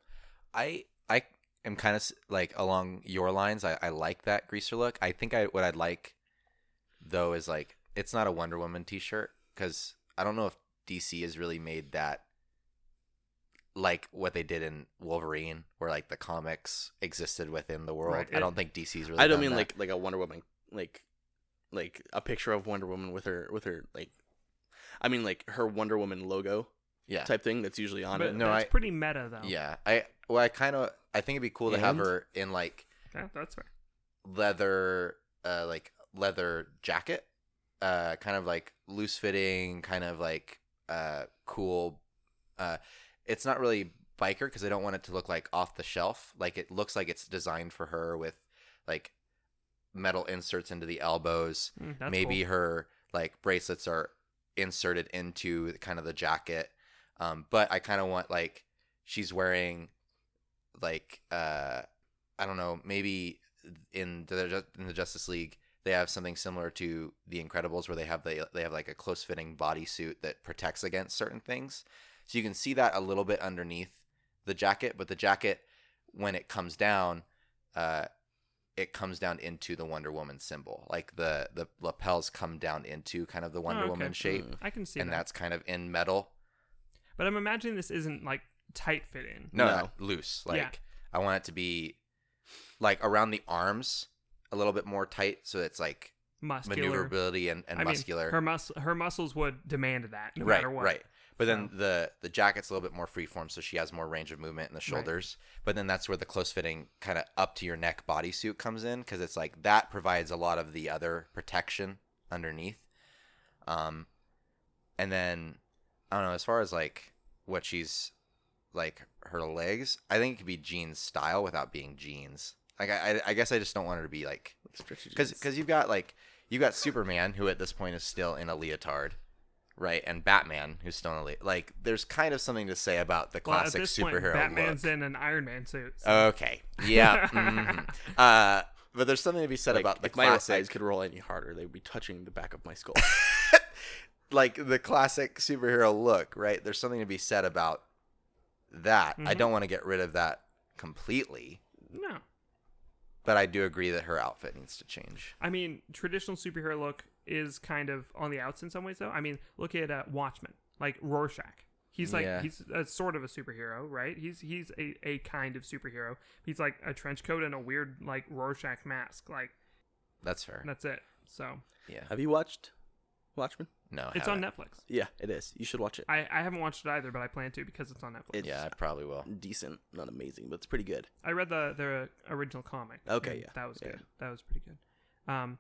[SPEAKER 2] I I am kind of like along your lines. I, I like that greaser look. I think I what I'd like though is like it's not a Wonder Woman T-shirt because I don't know if DC has really made that like what they did in Wolverine, where like the comics existed within the world.
[SPEAKER 1] Right,
[SPEAKER 2] I
[SPEAKER 1] it-
[SPEAKER 2] don't think DC's really.
[SPEAKER 3] I don't
[SPEAKER 2] done
[SPEAKER 3] mean
[SPEAKER 2] that.
[SPEAKER 3] like like a Wonder Woman like like a picture of Wonder Woman with her with her like I mean like her Wonder Woman logo
[SPEAKER 2] yeah,
[SPEAKER 3] type thing that's usually on
[SPEAKER 1] but
[SPEAKER 3] it.
[SPEAKER 2] no,
[SPEAKER 1] that's
[SPEAKER 2] I-
[SPEAKER 1] pretty meta though.
[SPEAKER 2] yeah. I well, I kind of I think it'd be cool to have
[SPEAKER 3] And?
[SPEAKER 2] her in like
[SPEAKER 1] Yeah, that's fair.
[SPEAKER 2] leather uh like leather jacket uh kind of like loose fitting kind of like uh cool uh it's not really biker because i don't want it to look like off the shelf like it looks like it's designed for her with like metal inserts into the elbows
[SPEAKER 1] Mm, that's
[SPEAKER 2] maybe her like bracelets are inserted into the, kind of the jacket um but i kind of want like she's wearing like uh i don't know maybe in the Ju- in the justice league they have something similar to the incredibles where they have the they have like a close fitting bodysuit that protects against certain things so you can see that a little bit underneath the jacket but the jacket when it comes down uh it comes down into the Wonder Woman symbol. Like the the lapels come down into kind of the Wonder
[SPEAKER 1] Oh, okay.
[SPEAKER 2] Woman shape,
[SPEAKER 3] Mm.
[SPEAKER 1] cool. I can see
[SPEAKER 2] and
[SPEAKER 1] that.
[SPEAKER 2] that's kind of in metal.
[SPEAKER 1] But I'm imagining this isn't like tight fitting.
[SPEAKER 2] No,
[SPEAKER 3] No.
[SPEAKER 2] not loose. Like
[SPEAKER 1] Yeah.
[SPEAKER 2] I want it to be like around the arms a little bit more tight, so it's like
[SPEAKER 1] Muscular.
[SPEAKER 2] maneuverability and, and
[SPEAKER 1] I mean,
[SPEAKER 2] muscular.
[SPEAKER 1] her mus- her muscles would demand that no
[SPEAKER 2] right,
[SPEAKER 1] matter what.
[SPEAKER 2] right. But then
[SPEAKER 1] So-
[SPEAKER 2] the the jacket's a little bit more freeform, so she has more range of movement in the shoulders. But then that's where the close fitting kind of up to your neck bodysuit comes in, because it's like that provides a lot of the other protection underneath. Um, and then I don't know. As far as like what she's like her legs, I think it could be Jean's style without being Jean's. Like I, I, I guess I just don't want her to be like because because you've got like you've got Superman who at this point is still in a leotard, right? And Batman who's still in a le- like. There's kind of something to say about the
[SPEAKER 1] Well,
[SPEAKER 2] classic
[SPEAKER 1] at this point,
[SPEAKER 2] superhero
[SPEAKER 1] Batman's
[SPEAKER 2] look. Uh,
[SPEAKER 1] in an Iron Man suit. so-
[SPEAKER 2] Okay, yeah. mhm. uh, but there's something to be said
[SPEAKER 3] Like,
[SPEAKER 2] about the
[SPEAKER 3] if my
[SPEAKER 2] classic.
[SPEAKER 3] eyes could roll any harder, they'd be touching the back of my skull.
[SPEAKER 2] like the classic superhero look, right? There's something to be said about that.
[SPEAKER 1] Mm-hmm.
[SPEAKER 2] I don't want to get rid of that completely,
[SPEAKER 1] No.
[SPEAKER 2] but I do agree that her outfit needs to change.
[SPEAKER 1] I mean, traditional superhero look is kind of on the outs in some ways, though. I mean, look at uh, Watchmen, like Rorschach. He's like
[SPEAKER 2] Yeah.
[SPEAKER 1] he's a sort of a superhero, right? He's he's a, a kind of superhero. He's like a trench coat and a weird like Rorschach mask. Like
[SPEAKER 2] That's fair.
[SPEAKER 1] that's it. So
[SPEAKER 2] Yeah.
[SPEAKER 3] Have you watched Watchmen?
[SPEAKER 2] No, I
[SPEAKER 1] it's on
[SPEAKER 2] haven't.
[SPEAKER 1] Netflix.
[SPEAKER 3] Yeah, it is. You should watch it.
[SPEAKER 1] I, I haven't watched it either, but I plan to because it's on Netflix.
[SPEAKER 3] It's
[SPEAKER 2] Yeah, I probably will.
[SPEAKER 3] decent, not amazing, but it's pretty good.
[SPEAKER 1] I read the the original comic.
[SPEAKER 3] Okay,
[SPEAKER 1] and
[SPEAKER 3] yeah,
[SPEAKER 1] that was
[SPEAKER 3] yeah.
[SPEAKER 1] good. That was pretty good. Um,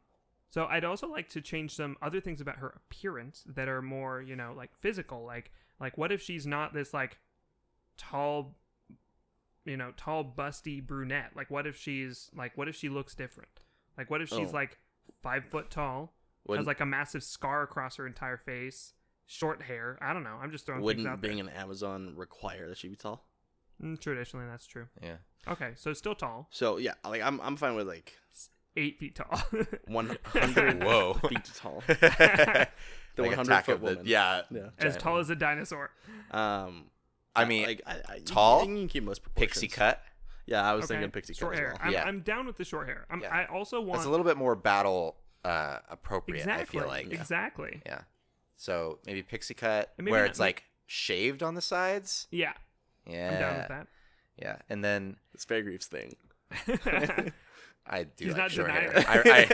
[SPEAKER 1] so I'd also like to change some other things about her appearance that are more, you know, like physical. Like, like what if she's not this like tall, you know, tall busty brunette? Like, what if she's like, what if she looks different? Like, what if she's
[SPEAKER 3] Oh.
[SPEAKER 1] like five foot tall,
[SPEAKER 3] Wouldn't-
[SPEAKER 1] has like a massive scar across her entire face, short hair? I don't know. I'm just throwing things
[SPEAKER 3] Wouldn't
[SPEAKER 1] out there.
[SPEAKER 3] being an Amazon require that she be tall?
[SPEAKER 1] Mm, Traditionally, that's true.
[SPEAKER 2] Yeah.
[SPEAKER 1] Okay, so still tall,
[SPEAKER 3] So yeah, like I'm I'm fine with like
[SPEAKER 1] eight feet tall.
[SPEAKER 3] one hundred
[SPEAKER 2] Whoa.
[SPEAKER 3] feet tall.
[SPEAKER 2] the
[SPEAKER 3] The 100 foot woman.
[SPEAKER 2] yeah.
[SPEAKER 3] Yeah.
[SPEAKER 1] as tall as a dinosaur.
[SPEAKER 3] Um,
[SPEAKER 2] I mean,
[SPEAKER 3] like I, I,
[SPEAKER 2] tall,
[SPEAKER 3] You can keep most proportions.
[SPEAKER 2] pixie cut.
[SPEAKER 3] Yeah, I was
[SPEAKER 1] Okay.
[SPEAKER 3] thinking pixie
[SPEAKER 1] short
[SPEAKER 3] cut. As
[SPEAKER 1] hair.
[SPEAKER 3] well.
[SPEAKER 1] I'm,
[SPEAKER 2] Yeah.
[SPEAKER 1] I'm down with the short hair. I'm,
[SPEAKER 2] Yeah.
[SPEAKER 1] I also want
[SPEAKER 2] It's a little bit more battle uh, appropriate.
[SPEAKER 1] exactly,
[SPEAKER 2] I feel like.
[SPEAKER 1] exactly.
[SPEAKER 2] Yeah. So maybe pixie cut,
[SPEAKER 1] And maybe
[SPEAKER 2] where
[SPEAKER 1] not-
[SPEAKER 2] it's like shaved on the sides.
[SPEAKER 1] Yeah,
[SPEAKER 2] Yeah.
[SPEAKER 1] I'm down with that.
[SPEAKER 3] Uh,
[SPEAKER 2] Yeah, and then
[SPEAKER 3] It's Fairgreaves thing.
[SPEAKER 2] I do
[SPEAKER 1] He's
[SPEAKER 2] like
[SPEAKER 1] not
[SPEAKER 2] short hair.
[SPEAKER 1] denying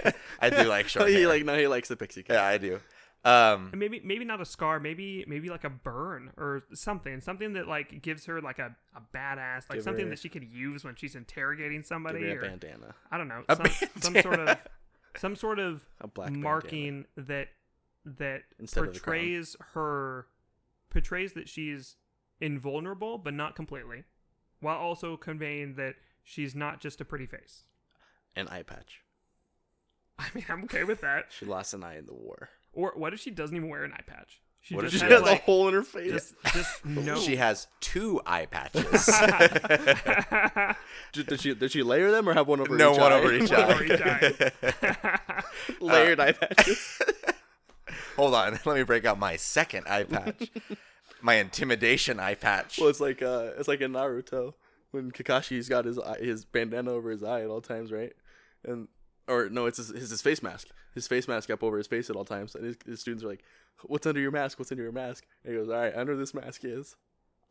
[SPEAKER 2] I, I, I do like short
[SPEAKER 3] he
[SPEAKER 2] hair.
[SPEAKER 3] like no, he likes the pixie cut.
[SPEAKER 2] yeah, I do. Um,
[SPEAKER 1] And maybe maybe not a scar. Maybe maybe like a burn or something. Something that like gives her like a, a badass like
[SPEAKER 3] Give
[SPEAKER 1] something
[SPEAKER 3] her-
[SPEAKER 1] that she could use when she's interrogating somebody
[SPEAKER 3] Give her a
[SPEAKER 1] or
[SPEAKER 3] bandana.
[SPEAKER 1] I don't know
[SPEAKER 2] A
[SPEAKER 1] some, some sort of some sort of
[SPEAKER 3] A black bandana.
[SPEAKER 1] marking that that
[SPEAKER 3] Instead of the crown.
[SPEAKER 1] portrays her portrays that she's invulnerable but not completely while also conveying that she's not just a pretty face
[SPEAKER 3] An eye patch.
[SPEAKER 1] i mean i'm okay with that
[SPEAKER 3] She lost an eye in the war.
[SPEAKER 1] or what if she doesn't even wear an eye patch she
[SPEAKER 2] What if
[SPEAKER 1] just
[SPEAKER 2] she
[SPEAKER 1] has,
[SPEAKER 2] has a
[SPEAKER 1] like,
[SPEAKER 3] hole in her face.
[SPEAKER 1] just, just no
[SPEAKER 2] She has two eye patches.
[SPEAKER 3] Did, did she did she layer them or have one over
[SPEAKER 2] no
[SPEAKER 3] each
[SPEAKER 2] one
[SPEAKER 3] eye?
[SPEAKER 2] over each Uh.
[SPEAKER 1] One
[SPEAKER 2] eye.
[SPEAKER 1] over each
[SPEAKER 3] Layered eye patches.
[SPEAKER 2] Hold on, let me break out my second eye patch. my intimidation eye patch.
[SPEAKER 3] Well, it's like uh, it's like in Naruto when Kakashi's got his eye, his bandana over his eye at all times, right? And or no, it's his, his his face mask. His face mask up over his face at all times, and his, his students are like, "What's under your mask? What's under your mask?" And he goes, "All right, under this mask is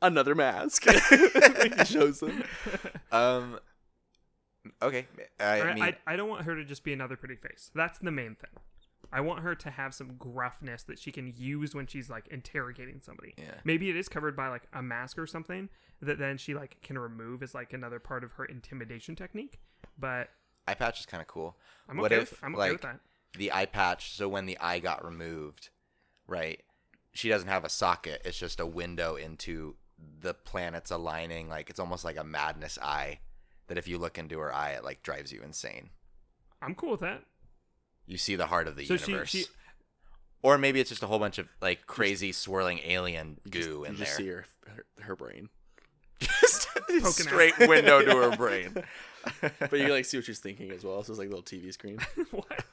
[SPEAKER 3] another mask." he shows them.
[SPEAKER 2] Um. Okay, I
[SPEAKER 1] I,
[SPEAKER 2] mean,
[SPEAKER 1] I, I don't want her to just be another pretty face. That's the main thing. I want her to have some gruffness that she can use when she's like interrogating somebody.
[SPEAKER 2] Yeah.
[SPEAKER 1] Maybe it is covered by like a mask or something that then she like can remove as like another part of her intimidation technique. But
[SPEAKER 2] eye patch is kind of cool.
[SPEAKER 1] I'm
[SPEAKER 2] what
[SPEAKER 1] okay.
[SPEAKER 2] if
[SPEAKER 1] with, I'm okay
[SPEAKER 2] like
[SPEAKER 1] with that.
[SPEAKER 2] the eye patch? So when the eye got removed, right? She doesn't have a socket. It's just a window into the planets aligning. Like it's almost like a madness eye. That if you look into her eye, it like drives you insane.
[SPEAKER 1] I'm cool with that.
[SPEAKER 2] You see the heart of the
[SPEAKER 1] So she-
[SPEAKER 2] universe.
[SPEAKER 1] she-
[SPEAKER 2] or maybe it's just a whole bunch of like crazy swirling alien
[SPEAKER 3] You
[SPEAKER 2] goo
[SPEAKER 3] just,
[SPEAKER 2] in
[SPEAKER 3] you just
[SPEAKER 2] there.
[SPEAKER 3] see her, her her brain,
[SPEAKER 2] just a
[SPEAKER 1] out.
[SPEAKER 2] straight window to her brain.
[SPEAKER 3] but you like see what she's thinking as well. So it's like a little TV screen.
[SPEAKER 1] what?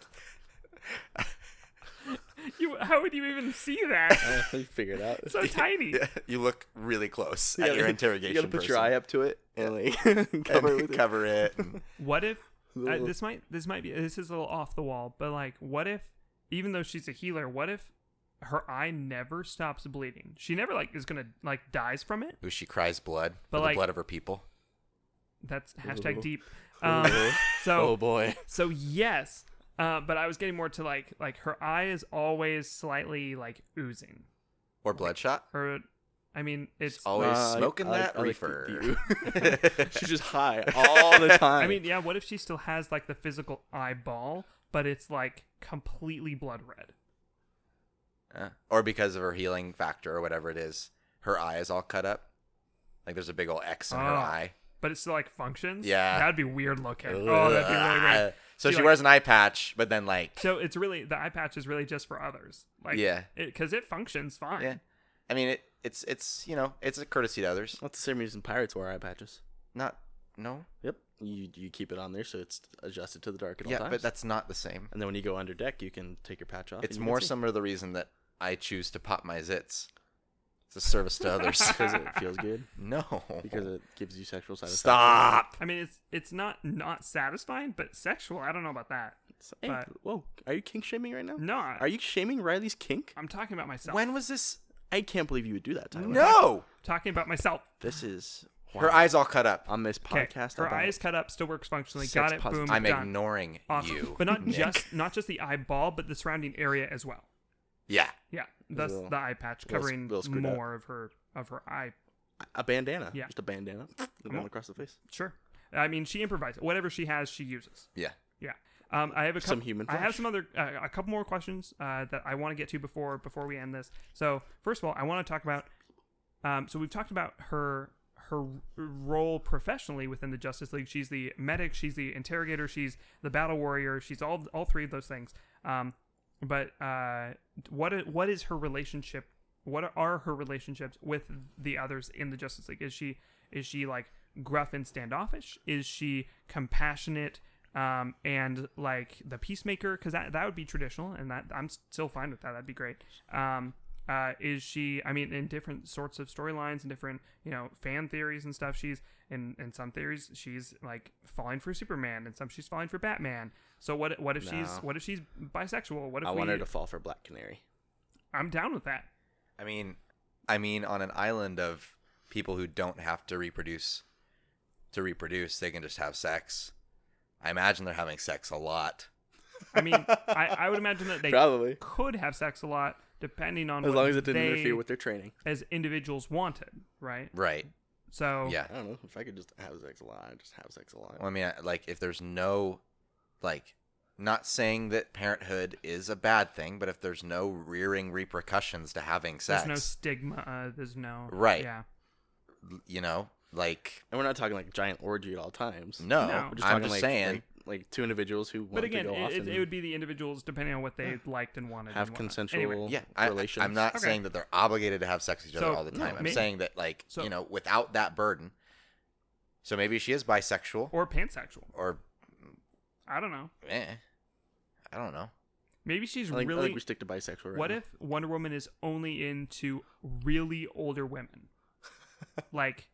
[SPEAKER 1] you? How would you even see that?
[SPEAKER 3] Uh, you figure it out.
[SPEAKER 1] It's so tiny.
[SPEAKER 2] Yeah, you look really close
[SPEAKER 3] You
[SPEAKER 2] at
[SPEAKER 3] gotta-
[SPEAKER 2] your interrogation.
[SPEAKER 3] You gotta put
[SPEAKER 2] person
[SPEAKER 3] your eye up to it and like
[SPEAKER 2] and
[SPEAKER 3] cover it with it.
[SPEAKER 2] cover it. and-
[SPEAKER 1] What if uh,
[SPEAKER 3] Little-
[SPEAKER 1] this might this might be this is a little off the wall, but like what if even though she's a healer, what if her eye never stops bleeding? She never like is gonna like dies from it.
[SPEAKER 2] Ooh, she cries blood
[SPEAKER 1] But,
[SPEAKER 2] for
[SPEAKER 1] like-
[SPEAKER 2] the blood of her people.
[SPEAKER 1] That's hashtag
[SPEAKER 3] Ooh.
[SPEAKER 1] deep. Um,
[SPEAKER 3] Ooh. Oh.
[SPEAKER 1] so
[SPEAKER 2] oh, boy.
[SPEAKER 1] so yes, uh, but I was getting more to like like her eye is always slightly like oozing.
[SPEAKER 2] Or bloodshot.
[SPEAKER 1] Her, I mean it's.
[SPEAKER 2] It's always
[SPEAKER 3] Uh, I-
[SPEAKER 2] smoking
[SPEAKER 3] I like-
[SPEAKER 2] that
[SPEAKER 3] I like the-
[SPEAKER 2] reefer.
[SPEAKER 3] She's just high all the time.
[SPEAKER 1] I mean yeah, what if she still has like the physical eyeball, but it's like completely blood red?
[SPEAKER 2] Uh, or because of her healing factor or whatever it is, her eye is all cut up. Like there's a big old X in her
[SPEAKER 1] Oh.
[SPEAKER 2] eye.
[SPEAKER 1] But it still like functions.
[SPEAKER 2] Yeah.
[SPEAKER 1] that'd be weird looking. Oh, that'd be really weird.
[SPEAKER 2] Ugh. So
[SPEAKER 1] She,
[SPEAKER 2] she
[SPEAKER 1] like-
[SPEAKER 2] wears an eye patch, but then like
[SPEAKER 1] So it's really the eye patch is really just for others. Like
[SPEAKER 2] Yeah.
[SPEAKER 1] because it, functions fine.
[SPEAKER 2] yeah. I mean it, it's it's you know it's a courtesy to others.
[SPEAKER 3] That's the same reason pirates wear eye patches.
[SPEAKER 2] Not no.
[SPEAKER 3] Yep. You you keep it on there so it's adjusted to the dark at all
[SPEAKER 2] Yeah,
[SPEAKER 3] times.
[SPEAKER 2] but that's not the same.
[SPEAKER 3] and then when you go under deck, you can take your patch off.
[SPEAKER 2] It's more similar to the reason that I choose to pop my zits. It's a service to others.
[SPEAKER 3] because it feels good
[SPEAKER 2] no.
[SPEAKER 3] because it gives you sexual satisfaction.
[SPEAKER 2] Stop.
[SPEAKER 1] I mean, it's it's not not satisfying, but sexual. I don't know about that.
[SPEAKER 3] Hey,
[SPEAKER 1] But-
[SPEAKER 3] whoa, are you kink shaming right now?
[SPEAKER 1] No, I,
[SPEAKER 3] Are you shaming Riley's kink?
[SPEAKER 1] I'm talking about myself.
[SPEAKER 2] When was this?
[SPEAKER 3] I can't believe you would do that, Tyler.
[SPEAKER 2] No.
[SPEAKER 1] talking about myself.
[SPEAKER 3] This is
[SPEAKER 2] Her eyes all cut up.
[SPEAKER 3] on this
[SPEAKER 1] Okay.
[SPEAKER 3] podcast.
[SPEAKER 1] Her
[SPEAKER 3] about-
[SPEAKER 1] eyes cut up, still works functionally.
[SPEAKER 3] Sex
[SPEAKER 1] Got it.
[SPEAKER 3] positive.
[SPEAKER 1] Boom.
[SPEAKER 2] I'm
[SPEAKER 1] done.
[SPEAKER 2] ignoring
[SPEAKER 1] Awesome.
[SPEAKER 2] you.
[SPEAKER 1] But not
[SPEAKER 2] Nick.
[SPEAKER 1] just not just the eyeball, but the surrounding area as well.
[SPEAKER 2] Yeah.
[SPEAKER 1] Yeah, that's
[SPEAKER 3] little-
[SPEAKER 1] the eye patch
[SPEAKER 3] little s-
[SPEAKER 1] covering
[SPEAKER 3] little screwed up.
[SPEAKER 1] more of her of her eye.
[SPEAKER 3] a bandana.
[SPEAKER 1] Yeah. Uh-huh.
[SPEAKER 3] Just a bandana. And
[SPEAKER 1] on.
[SPEAKER 3] one across the face.
[SPEAKER 1] Sure. I mean, she improvises. Whatever she has, she uses.
[SPEAKER 2] Yeah.
[SPEAKER 1] Yeah. Um, I have a couple,
[SPEAKER 3] Some human
[SPEAKER 1] I have
[SPEAKER 3] flesh.
[SPEAKER 1] some other uh, a couple more questions uh, that I want to get to before before we end this. So first of all, I want to talk about. Um, so we've talked about her her role professionally within the Justice League. She's the medic. She's the interrogator. She's the battle warrior. She's all all three of those things. Um, but uh, what i- what is her relationship? What are her relationships with the others in the Justice League? Is she is she like gruff and standoffish? Is she compassionate um, and like the peacemaker? Because that that would be traditional, and that I'm still fine with that. That'd be great. Um, uh, is she? I mean, in different sorts of storylines and different you know fan theories and stuff, she's in in some theories she's like falling for Superman, and some she's falling for Batman. So what what if she's
[SPEAKER 3] No.
[SPEAKER 1] what if she's bisexual? What if
[SPEAKER 3] I
[SPEAKER 1] we,
[SPEAKER 3] want her to fall for Black Canary.
[SPEAKER 1] I'm down with that.
[SPEAKER 2] I mean, I mean, on an island of people who don't have to reproduce, to reproduce, they can just have sex. I imagine they're having sex a lot.
[SPEAKER 1] I mean, I, I would imagine that they
[SPEAKER 3] Probably.
[SPEAKER 1] could have sex a lot, depending on
[SPEAKER 3] As
[SPEAKER 1] what
[SPEAKER 3] long as it didn't
[SPEAKER 1] they,
[SPEAKER 3] interfere with their training.
[SPEAKER 1] as individuals wanted, right?
[SPEAKER 2] Right.
[SPEAKER 1] So
[SPEAKER 2] Yeah.
[SPEAKER 3] I don't know. If I could just have sex a lot, I'd just have sex a lot.
[SPEAKER 2] Well, I mean, I- like, if there's no, like, not saying that parenthood is a bad thing, but if there's no rearing repercussions to having
[SPEAKER 1] there's no
[SPEAKER 2] sex,
[SPEAKER 1] stigma. Uh, there's no
[SPEAKER 2] Right.
[SPEAKER 1] Yeah,
[SPEAKER 2] you know, like,
[SPEAKER 3] And we're not talking like giant orgy at all times.
[SPEAKER 2] no,
[SPEAKER 1] No.
[SPEAKER 3] We're
[SPEAKER 1] We're
[SPEAKER 3] just
[SPEAKER 2] I'm
[SPEAKER 3] talking
[SPEAKER 2] just
[SPEAKER 3] like,
[SPEAKER 2] saying,
[SPEAKER 3] like, like two individuals who want
[SPEAKER 1] but again,
[SPEAKER 3] to go off
[SPEAKER 1] it,
[SPEAKER 3] and
[SPEAKER 1] it would be the individuals depending on what they liked and wanted.
[SPEAKER 3] have
[SPEAKER 1] and whatnot. Anyway,
[SPEAKER 3] consensual
[SPEAKER 2] yeah, I,
[SPEAKER 3] relations.
[SPEAKER 2] am not
[SPEAKER 1] Okay.
[SPEAKER 2] saying that they're obligated to have sex with each other
[SPEAKER 1] So,
[SPEAKER 2] all the
[SPEAKER 1] no,
[SPEAKER 2] time. I'm
[SPEAKER 1] may-
[SPEAKER 2] saying that, like,
[SPEAKER 1] so-
[SPEAKER 2] you know, without that burden. So maybe she is bisexual or,
[SPEAKER 1] or pansexual. I don't know.
[SPEAKER 2] eh, I don't know.
[SPEAKER 1] Maybe she's
[SPEAKER 3] I think, I
[SPEAKER 1] really.
[SPEAKER 3] think we stick to bisexual. Right
[SPEAKER 1] what
[SPEAKER 3] now.
[SPEAKER 1] if Wonder Woman is only into really older women? like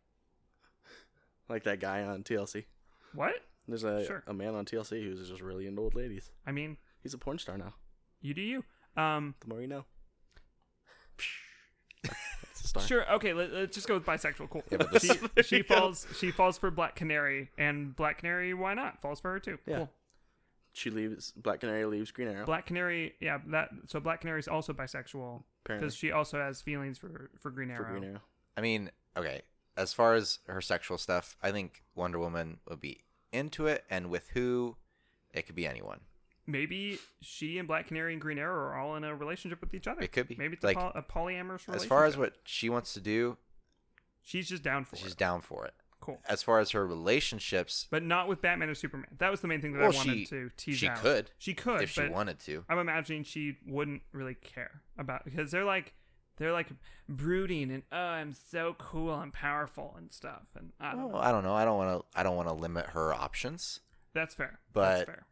[SPEAKER 3] like that guy on TLC?
[SPEAKER 1] what?
[SPEAKER 3] There's a
[SPEAKER 1] Sure.
[SPEAKER 3] a man on TLC who's just really into old ladies.
[SPEAKER 1] I mean,
[SPEAKER 3] He's a porn star now.
[SPEAKER 1] you do you. Um,
[SPEAKER 3] The more you know. That's a star.
[SPEAKER 1] Sure. Okay. Let, let's just go with bisexual. Cool.
[SPEAKER 2] Yeah, but
[SPEAKER 1] she she falls she falls for Black Canary, and Black Canary, why not? Falls for her too.
[SPEAKER 3] Yeah.
[SPEAKER 1] Cool.
[SPEAKER 3] She leaves. Black Canary leaves Green Arrow.
[SPEAKER 1] Black Canary. Yeah. That. So Black Canary is also bisexual
[SPEAKER 3] apparently
[SPEAKER 1] because she also has feelings for for Green
[SPEAKER 3] for
[SPEAKER 1] Arrow.
[SPEAKER 3] Green Arrow.
[SPEAKER 2] I mean, okay. As far as her sexual stuff, I think Wonder Woman would be into it, and with who, it could be anyone.
[SPEAKER 1] Maybe she and Black Canary and Green Arrow are all in a relationship with each other.
[SPEAKER 2] It could be.
[SPEAKER 1] Maybe it's
[SPEAKER 2] Like,
[SPEAKER 1] a, poly- a polyamorous relationship.
[SPEAKER 2] As far as what she wants to do,
[SPEAKER 1] she's just down for
[SPEAKER 2] she's
[SPEAKER 1] it.
[SPEAKER 2] down for it.
[SPEAKER 1] Cool.
[SPEAKER 2] As far as her relationships,
[SPEAKER 1] But not with Batman or Superman. That was the main thing that
[SPEAKER 2] Well,
[SPEAKER 1] I wanted
[SPEAKER 2] she-
[SPEAKER 1] to tease
[SPEAKER 2] she
[SPEAKER 1] out.
[SPEAKER 2] could,
[SPEAKER 1] She could.
[SPEAKER 2] if she
[SPEAKER 1] but
[SPEAKER 2] wanted to,
[SPEAKER 1] I'm imagining she wouldn't really care about because they're like they're like brooding and oh I'm so cool and powerful and stuff and I don't
[SPEAKER 2] well,
[SPEAKER 1] know.
[SPEAKER 2] I don't know. I don't want to. I don't want to limit her options.
[SPEAKER 1] That's fair.
[SPEAKER 2] But
[SPEAKER 1] That's fair.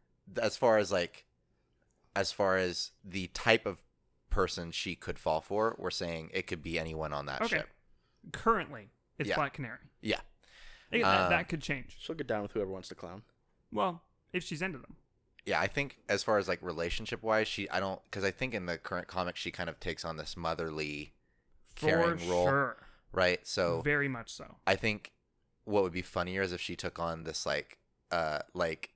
[SPEAKER 2] as far as like as far as the type of person she could fall for, we're saying it could be anyone on that
[SPEAKER 1] Okay.
[SPEAKER 2] ship.
[SPEAKER 1] Currently, it's
[SPEAKER 2] Yeah.
[SPEAKER 1] Black Canary.
[SPEAKER 2] Yeah.
[SPEAKER 1] Hey, that,
[SPEAKER 2] Um,
[SPEAKER 1] that could change.
[SPEAKER 3] She'll get down with whoever wants to clown.
[SPEAKER 1] Well, if she's into them.
[SPEAKER 2] Yeah, I think as far as like relationship wise, she I don't cuz I think in the current comic she kind of takes on this motherly
[SPEAKER 1] For
[SPEAKER 2] Caring role.
[SPEAKER 1] sure.
[SPEAKER 2] right? So
[SPEAKER 1] Very much so.
[SPEAKER 2] I think what would be funnier is if she took on this like uh like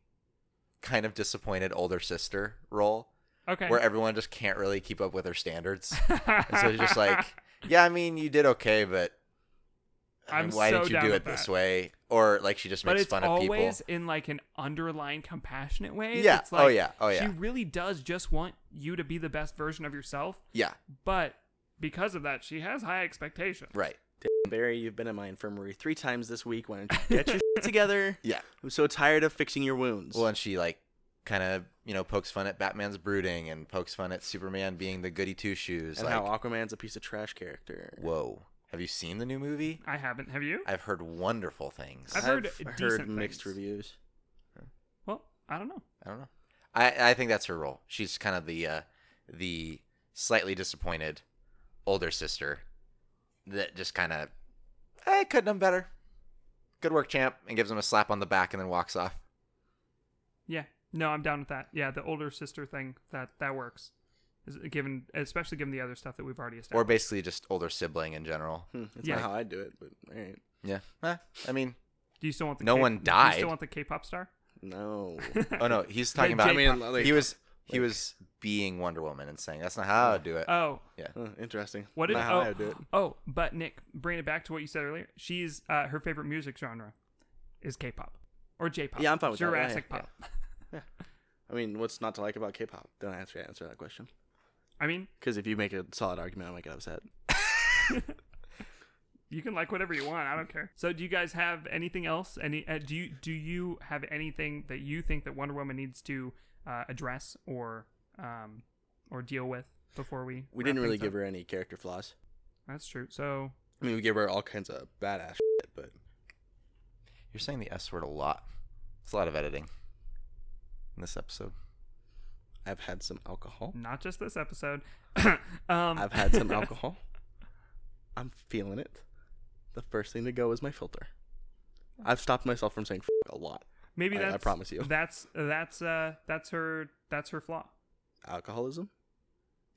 [SPEAKER 2] kind of disappointed older sister role
[SPEAKER 1] Okay.
[SPEAKER 2] where everyone just can't really keep up with her standards. And so it's just like, yeah, I mean, you did okay, but I mean,
[SPEAKER 1] I'm
[SPEAKER 2] why
[SPEAKER 1] so
[SPEAKER 2] did you
[SPEAKER 1] down
[SPEAKER 2] do
[SPEAKER 1] with
[SPEAKER 2] it this
[SPEAKER 1] that.
[SPEAKER 2] way? Or like she just
[SPEAKER 1] But
[SPEAKER 2] makes
[SPEAKER 1] it's
[SPEAKER 2] fun of people.
[SPEAKER 1] always in like an underlying compassionate way.
[SPEAKER 2] Yeah.
[SPEAKER 1] It's
[SPEAKER 2] Oh,
[SPEAKER 1] like
[SPEAKER 2] yeah. Oh,
[SPEAKER 1] She
[SPEAKER 2] yeah.
[SPEAKER 1] really does just want you to be the best version of yourself,
[SPEAKER 2] Yeah,
[SPEAKER 1] but because of that, she has high expectations.
[SPEAKER 2] right.
[SPEAKER 3] Barry, you've been in my infirmary three times this week. Why don't you get your shit together?
[SPEAKER 2] Yeah.
[SPEAKER 3] I'm so tired of fixing your wounds.
[SPEAKER 2] Well, and she like kind of you know pokes fun at Batman's brooding and pokes fun at Superman being the goody two shoes.
[SPEAKER 3] and
[SPEAKER 2] Like,
[SPEAKER 3] how Aquaman's a piece of trash character.
[SPEAKER 2] whoa, have you seen the new movie?
[SPEAKER 1] I haven't. Have you?
[SPEAKER 2] I've heard wonderful things.
[SPEAKER 1] I've
[SPEAKER 2] I,
[SPEAKER 1] heard
[SPEAKER 3] I've
[SPEAKER 1] decent
[SPEAKER 3] mixed
[SPEAKER 1] things.
[SPEAKER 3] reviews.
[SPEAKER 1] Well, I don't know.
[SPEAKER 2] don't know. I I think that's her role. She's kind of the uh, the slightly disappointed older sister that just kind of I could have done better. Good work, champ, and gives him a slap on the back and then walks off.
[SPEAKER 1] Yeah. No, I'm down with that. Yeah, the older sister thing that that works. Is- Given, especially given the other stuff that we've already
[SPEAKER 2] Or
[SPEAKER 1] established.
[SPEAKER 2] basically just older sibling in general.
[SPEAKER 3] Hmm, that's
[SPEAKER 1] Yeah.
[SPEAKER 3] not how I do it, but all right.
[SPEAKER 2] Yeah. Eh, I mean,
[SPEAKER 1] do you still want the
[SPEAKER 2] no
[SPEAKER 1] K-
[SPEAKER 2] one
[SPEAKER 1] Do you
[SPEAKER 2] died.
[SPEAKER 1] still want the K-pop star?
[SPEAKER 3] No.
[SPEAKER 2] oh no, he's talking about.
[SPEAKER 1] I mean,
[SPEAKER 3] like-
[SPEAKER 2] he was he
[SPEAKER 3] like-
[SPEAKER 2] was being Wonder Woman and saying that's not how I do
[SPEAKER 3] Uh,
[SPEAKER 2] it.
[SPEAKER 1] Oh,
[SPEAKER 3] Huh, interesting.
[SPEAKER 1] what did?
[SPEAKER 3] not how
[SPEAKER 1] oh,
[SPEAKER 3] I would do it.
[SPEAKER 1] oh, but Nick, bring it back to what you said earlier. She's uh, her favorite music genre is K-pop or J-pop.
[SPEAKER 3] Yeah, I'm fine with that. Yeah,
[SPEAKER 1] Jurassic
[SPEAKER 3] yeah,
[SPEAKER 1] pop.
[SPEAKER 3] I mean, what's not to like about K-pop? Don't actually answer that question.
[SPEAKER 1] I mean,
[SPEAKER 3] Because if you make a solid argument, I might get upset.
[SPEAKER 1] you can like whatever you want. I don't care. So, do you guys have anything else? Any? Uh, do you do you have anything that you think that Wonder Woman needs to uh, address or um or deal with before we?
[SPEAKER 3] We
[SPEAKER 1] wrap
[SPEAKER 3] didn't really
[SPEAKER 1] things up?
[SPEAKER 3] give her any character flaws.
[SPEAKER 1] That's true. So
[SPEAKER 3] I mean, we gave her all kinds of badass shit, but
[SPEAKER 2] You're saying the S word a lot. It's a lot of editing in this episode.
[SPEAKER 3] I've had some alcohol.
[SPEAKER 1] not just this episode. um,
[SPEAKER 3] I've had some alcohol. I'm feeling it. The first thing to go is my filter. I've stopped myself from saying f- a lot.
[SPEAKER 1] Maybe
[SPEAKER 3] I- I
[SPEAKER 1] that's.
[SPEAKER 3] promise you.
[SPEAKER 1] That's that's uh that's her that's her flaw.
[SPEAKER 3] Alcoholism?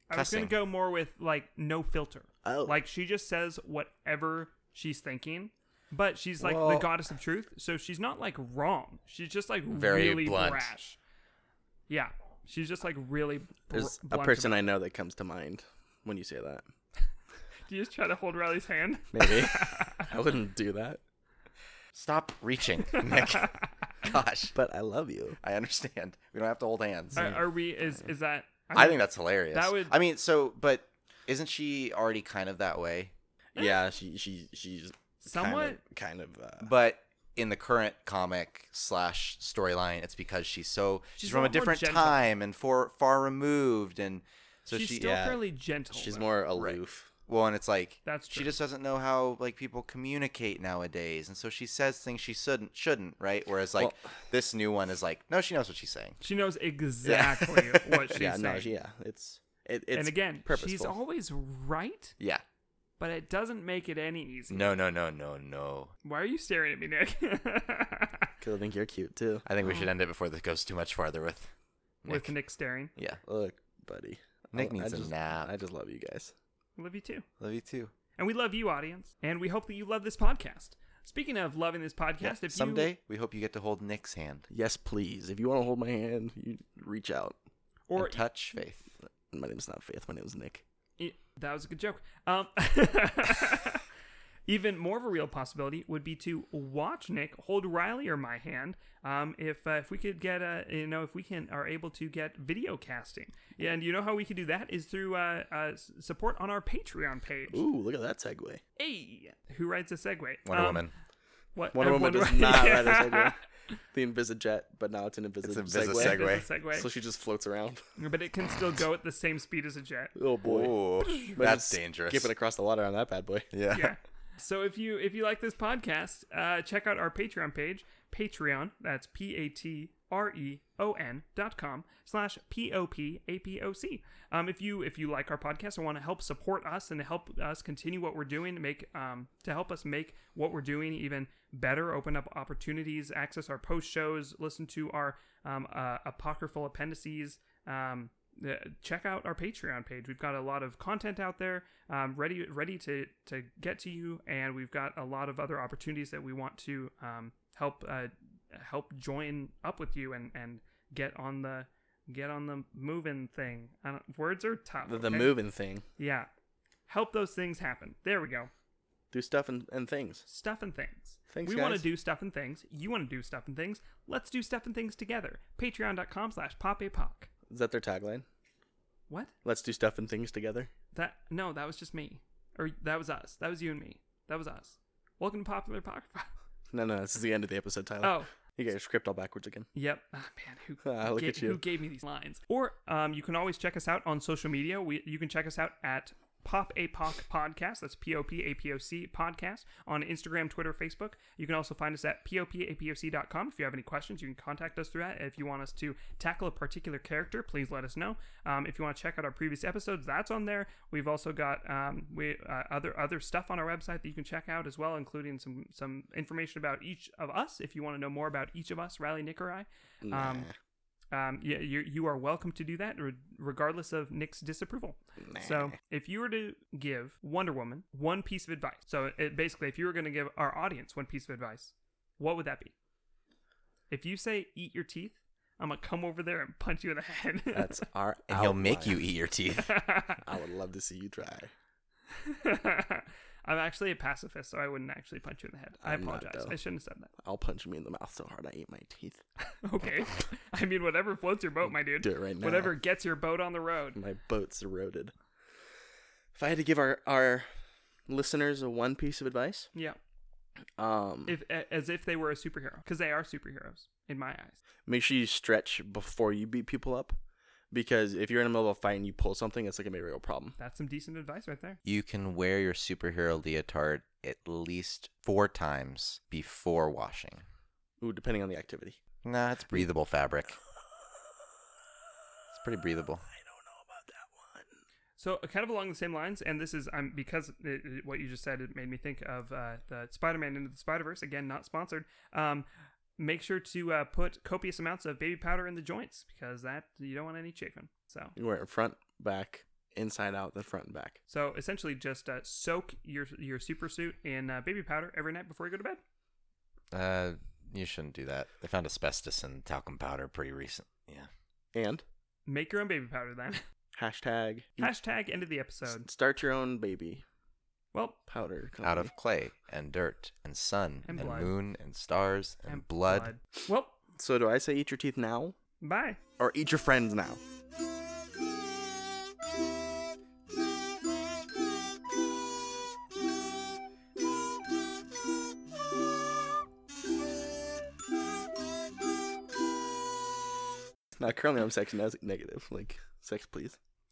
[SPEAKER 1] I was gonna
[SPEAKER 2] Cussing.
[SPEAKER 1] go more with like no filter.
[SPEAKER 3] Oh.
[SPEAKER 1] Like she just says whatever she's thinking, but she's like the
[SPEAKER 2] Well-
[SPEAKER 1] goddess of truth, so she's not like wrong. She's just like
[SPEAKER 2] Very
[SPEAKER 1] really
[SPEAKER 2] blunt.
[SPEAKER 1] brash. Yeah, she's just like really. Br-
[SPEAKER 3] There's a
[SPEAKER 1] blunt
[SPEAKER 3] person
[SPEAKER 1] about-
[SPEAKER 3] I know that comes to mind when you say that.
[SPEAKER 1] Do you just try to hold Riley's hand?
[SPEAKER 3] Maybe. I wouldn't do that.
[SPEAKER 2] Stop reaching, Nick. Gosh,
[SPEAKER 3] But I love you.
[SPEAKER 2] I understand. We don't have to hold hands.
[SPEAKER 1] Are, are we? Is is that?
[SPEAKER 2] I think that's hilarious.
[SPEAKER 1] That would-
[SPEAKER 2] I mean, so but isn't she already kind of that way?
[SPEAKER 3] Yeah, she she she's
[SPEAKER 1] somewhat.
[SPEAKER 3] kind of, kind of uh,
[SPEAKER 2] But in the current comic slash storyline, it's because she's so
[SPEAKER 1] She's
[SPEAKER 2] she's,
[SPEAKER 1] a
[SPEAKER 2] from a
[SPEAKER 1] lot more
[SPEAKER 2] different
[SPEAKER 1] gentle.
[SPEAKER 2] time and for, far removed, and so
[SPEAKER 1] she's
[SPEAKER 2] she
[SPEAKER 1] still
[SPEAKER 3] yeah.
[SPEAKER 1] fairly gentle.
[SPEAKER 3] she's
[SPEAKER 1] though.
[SPEAKER 3] more
[SPEAKER 2] Right.
[SPEAKER 3] aloof.
[SPEAKER 2] Well, and it's like
[SPEAKER 1] That's
[SPEAKER 2] she
[SPEAKER 1] true.
[SPEAKER 2] just doesn't know how like people communicate nowadays, and so she says things she shouldn't shouldn't right. Whereas like this new one is like, no, she knows what she's saying.
[SPEAKER 1] She knows exactly what she's
[SPEAKER 3] yeah,
[SPEAKER 1] saying.
[SPEAKER 3] no, she- yeah, it's it, it's
[SPEAKER 1] and again,
[SPEAKER 3] purposeful.
[SPEAKER 1] she's always right,
[SPEAKER 2] Yeah.
[SPEAKER 1] but it doesn't make it any easy.
[SPEAKER 2] No, no, no, no, no.
[SPEAKER 1] Why are you staring at me, Nick?
[SPEAKER 3] Cause I think you're cute too.
[SPEAKER 2] I think we should end it before this goes too much farther with.
[SPEAKER 1] Mm. With Nick staring.
[SPEAKER 2] Yeah.
[SPEAKER 3] Look, buddy.
[SPEAKER 2] Nick
[SPEAKER 3] I,
[SPEAKER 2] needs
[SPEAKER 3] I
[SPEAKER 2] a
[SPEAKER 3] just,
[SPEAKER 2] nap.
[SPEAKER 3] I just love you guys.
[SPEAKER 1] Love you too.
[SPEAKER 2] Love you too.
[SPEAKER 1] And we love you, audience. And we hope that you love this podcast. Speaking of loving this podcast,
[SPEAKER 2] Yeah.
[SPEAKER 1] if you-
[SPEAKER 2] Someday we hope you get to hold Nick's hand
[SPEAKER 3] Yes, please. If you want to hold my hand, you reach out.
[SPEAKER 1] or
[SPEAKER 2] and touch Faith.
[SPEAKER 3] My name's not Faith. My name's Nick.
[SPEAKER 1] E- that was a good joke. Um, even more of a real possibility would be to watch Nick hold Riley or my hand. Um, if uh, if we could get a, you know, if we can are able to get video casting, and you know how we can do that is through uh, uh, s- support on our Patreon page.
[SPEAKER 3] Ooh, look at that segue.
[SPEAKER 1] Hey, who writes a segue?
[SPEAKER 2] Wonder
[SPEAKER 1] Um,
[SPEAKER 2] Woman.
[SPEAKER 1] What
[SPEAKER 3] Wonder
[SPEAKER 1] uh,
[SPEAKER 3] Woman does
[SPEAKER 1] Woman-
[SPEAKER 3] not write a
[SPEAKER 1] Yeah.
[SPEAKER 3] segue. The Invisijet, but now it's an
[SPEAKER 2] It's
[SPEAKER 3] Invisijet
[SPEAKER 2] a business
[SPEAKER 3] segue.
[SPEAKER 2] segue.
[SPEAKER 1] It's a segue.
[SPEAKER 3] So she just floats around.
[SPEAKER 1] but it can still go at the same speed as a jet.
[SPEAKER 3] Oh boy,
[SPEAKER 2] Ooh,
[SPEAKER 3] But
[SPEAKER 2] that's
[SPEAKER 3] just
[SPEAKER 2] dangerous.
[SPEAKER 3] Skipping across the water on that bad boy.
[SPEAKER 2] yeah.
[SPEAKER 1] yeah. So if you if you like this podcast, uh, check out our Patreon page, Patreon. That's p a t r e o n dot com slash p o p a p o c. Um, if you if you like our podcast and want to help support us and help us continue what we're doing, make um to help us make what we're doing even better, open up opportunities, access our post shows, listen to our um, uh, apocryphal appendices. Um, uh, check out our Patreon page. We've got a lot of content out there, um, ready ready to to get to you, and we've got a lot of other opportunities that we want to um, help uh, help join up with you and and get on the get on the moving thing. I don't, words are tough.
[SPEAKER 3] The, the
[SPEAKER 1] okay?
[SPEAKER 3] moving thing.
[SPEAKER 1] yeah. Help those things happen. There we go.
[SPEAKER 3] do stuff and, and things.
[SPEAKER 1] Stuff and things.
[SPEAKER 3] Thanks,
[SPEAKER 1] we want to
[SPEAKER 3] guys.
[SPEAKER 1] do stuff and things. You want to do stuff and things. Let's do stuff and things together. Patreon.com slash pop a pock.
[SPEAKER 3] Is that their tagline?
[SPEAKER 1] What?
[SPEAKER 3] Let's do stuff and things together.
[SPEAKER 1] That no, that was just me. Or that was us. That was you and me. That was us. Welcome to Popular Pock.
[SPEAKER 3] No, no, this is the end of the episode, Tyler.
[SPEAKER 1] oh.
[SPEAKER 3] You got your script all backwards again.
[SPEAKER 1] Yep. Ah man, who,
[SPEAKER 3] Ah, look
[SPEAKER 1] ga-
[SPEAKER 3] at you.
[SPEAKER 1] who gave me these lines? Or um, you can always check us out on social media. We, you can check us out at Pop a Poc Podcast. That's P O P A P O C Podcast on Instagram, Twitter, Facebook. You can also find us at popapoc.com. If you have any questions, you can contact us through that. If you want us to tackle a particular character, please let us know. Um, if you want to check out our previous episodes, that's on there. We've also got um, we uh, other other stuff on our website that you can check out as well, including some some information about each of us. If you want to know more about each of us, Riley, Nick, or I, um, um, yeah, you you are welcome to do that, re- regardless of Nick's disapproval. So, if you were to give Wonder Woman one piece of advice, so it, basically, if you were going to give our audience one piece of advice, what would that be? If you say "eat your teeth," I'm gonna come over there and punch you in the head.
[SPEAKER 3] That's our.
[SPEAKER 2] And he'll
[SPEAKER 3] outline.
[SPEAKER 2] make you eat your teeth.
[SPEAKER 3] I would love to see you try.
[SPEAKER 1] I'm actually a pacifist, so I wouldn't actually punch you in the head. I
[SPEAKER 3] I'm not,
[SPEAKER 1] apologize.
[SPEAKER 3] though.
[SPEAKER 1] I shouldn't have said that.
[SPEAKER 3] I'll punch me in the mouth so hard I eat my teeth.
[SPEAKER 1] Okay. I mean, whatever floats your boat, my dude.
[SPEAKER 3] Do it right now.
[SPEAKER 1] Whatever gets your boat on the road.
[SPEAKER 3] My boat's eroded. If I had to give our our listeners a one piece of advice,
[SPEAKER 1] Yeah.
[SPEAKER 3] um,
[SPEAKER 1] If a- as if they were a superhero, because they are superheroes in my eyes.
[SPEAKER 3] make sure you stretch before you beat people up, because if you're in the middle of a fight and you pull something, it's like gonna be a real problem.
[SPEAKER 1] That's some decent advice right there.
[SPEAKER 2] You can wear your superhero leotard at least four times before washing.
[SPEAKER 3] Ooh, depending on the activity.
[SPEAKER 2] Nah, it's breathable fabric. It's pretty breathable.
[SPEAKER 1] So uh, kind of along the same lines, and this is um, because it, it- what you just said, it made me think of uh, the Spider-Man into the Spider-Verse. Again, not sponsored. Um, make sure to uh, put copious amounts of baby powder in the joints because that you don't want any chafing. So.
[SPEAKER 3] You wear it front, back, inside out, then front and back.
[SPEAKER 1] So essentially, just uh, soak your your super suit in uh, baby powder every night before you go to bed.
[SPEAKER 2] Uh, you shouldn't do that. They found asbestos in talcum powder pretty recent. Yeah.
[SPEAKER 3] And
[SPEAKER 1] Make your own baby powder then.
[SPEAKER 3] hashtag eat-
[SPEAKER 1] Hashtag end of the episode.
[SPEAKER 3] start your own baby
[SPEAKER 1] Well,
[SPEAKER 3] powder.
[SPEAKER 2] Out
[SPEAKER 3] company.
[SPEAKER 2] of clay and dirt and sun
[SPEAKER 1] And
[SPEAKER 2] and,
[SPEAKER 1] blood.
[SPEAKER 2] moon and stars and, blood.
[SPEAKER 1] Well,
[SPEAKER 3] So do I say eat your teeth now
[SPEAKER 1] bye.
[SPEAKER 3] or eat your friends now? Now currently I'm sex neg- negative, like sex please.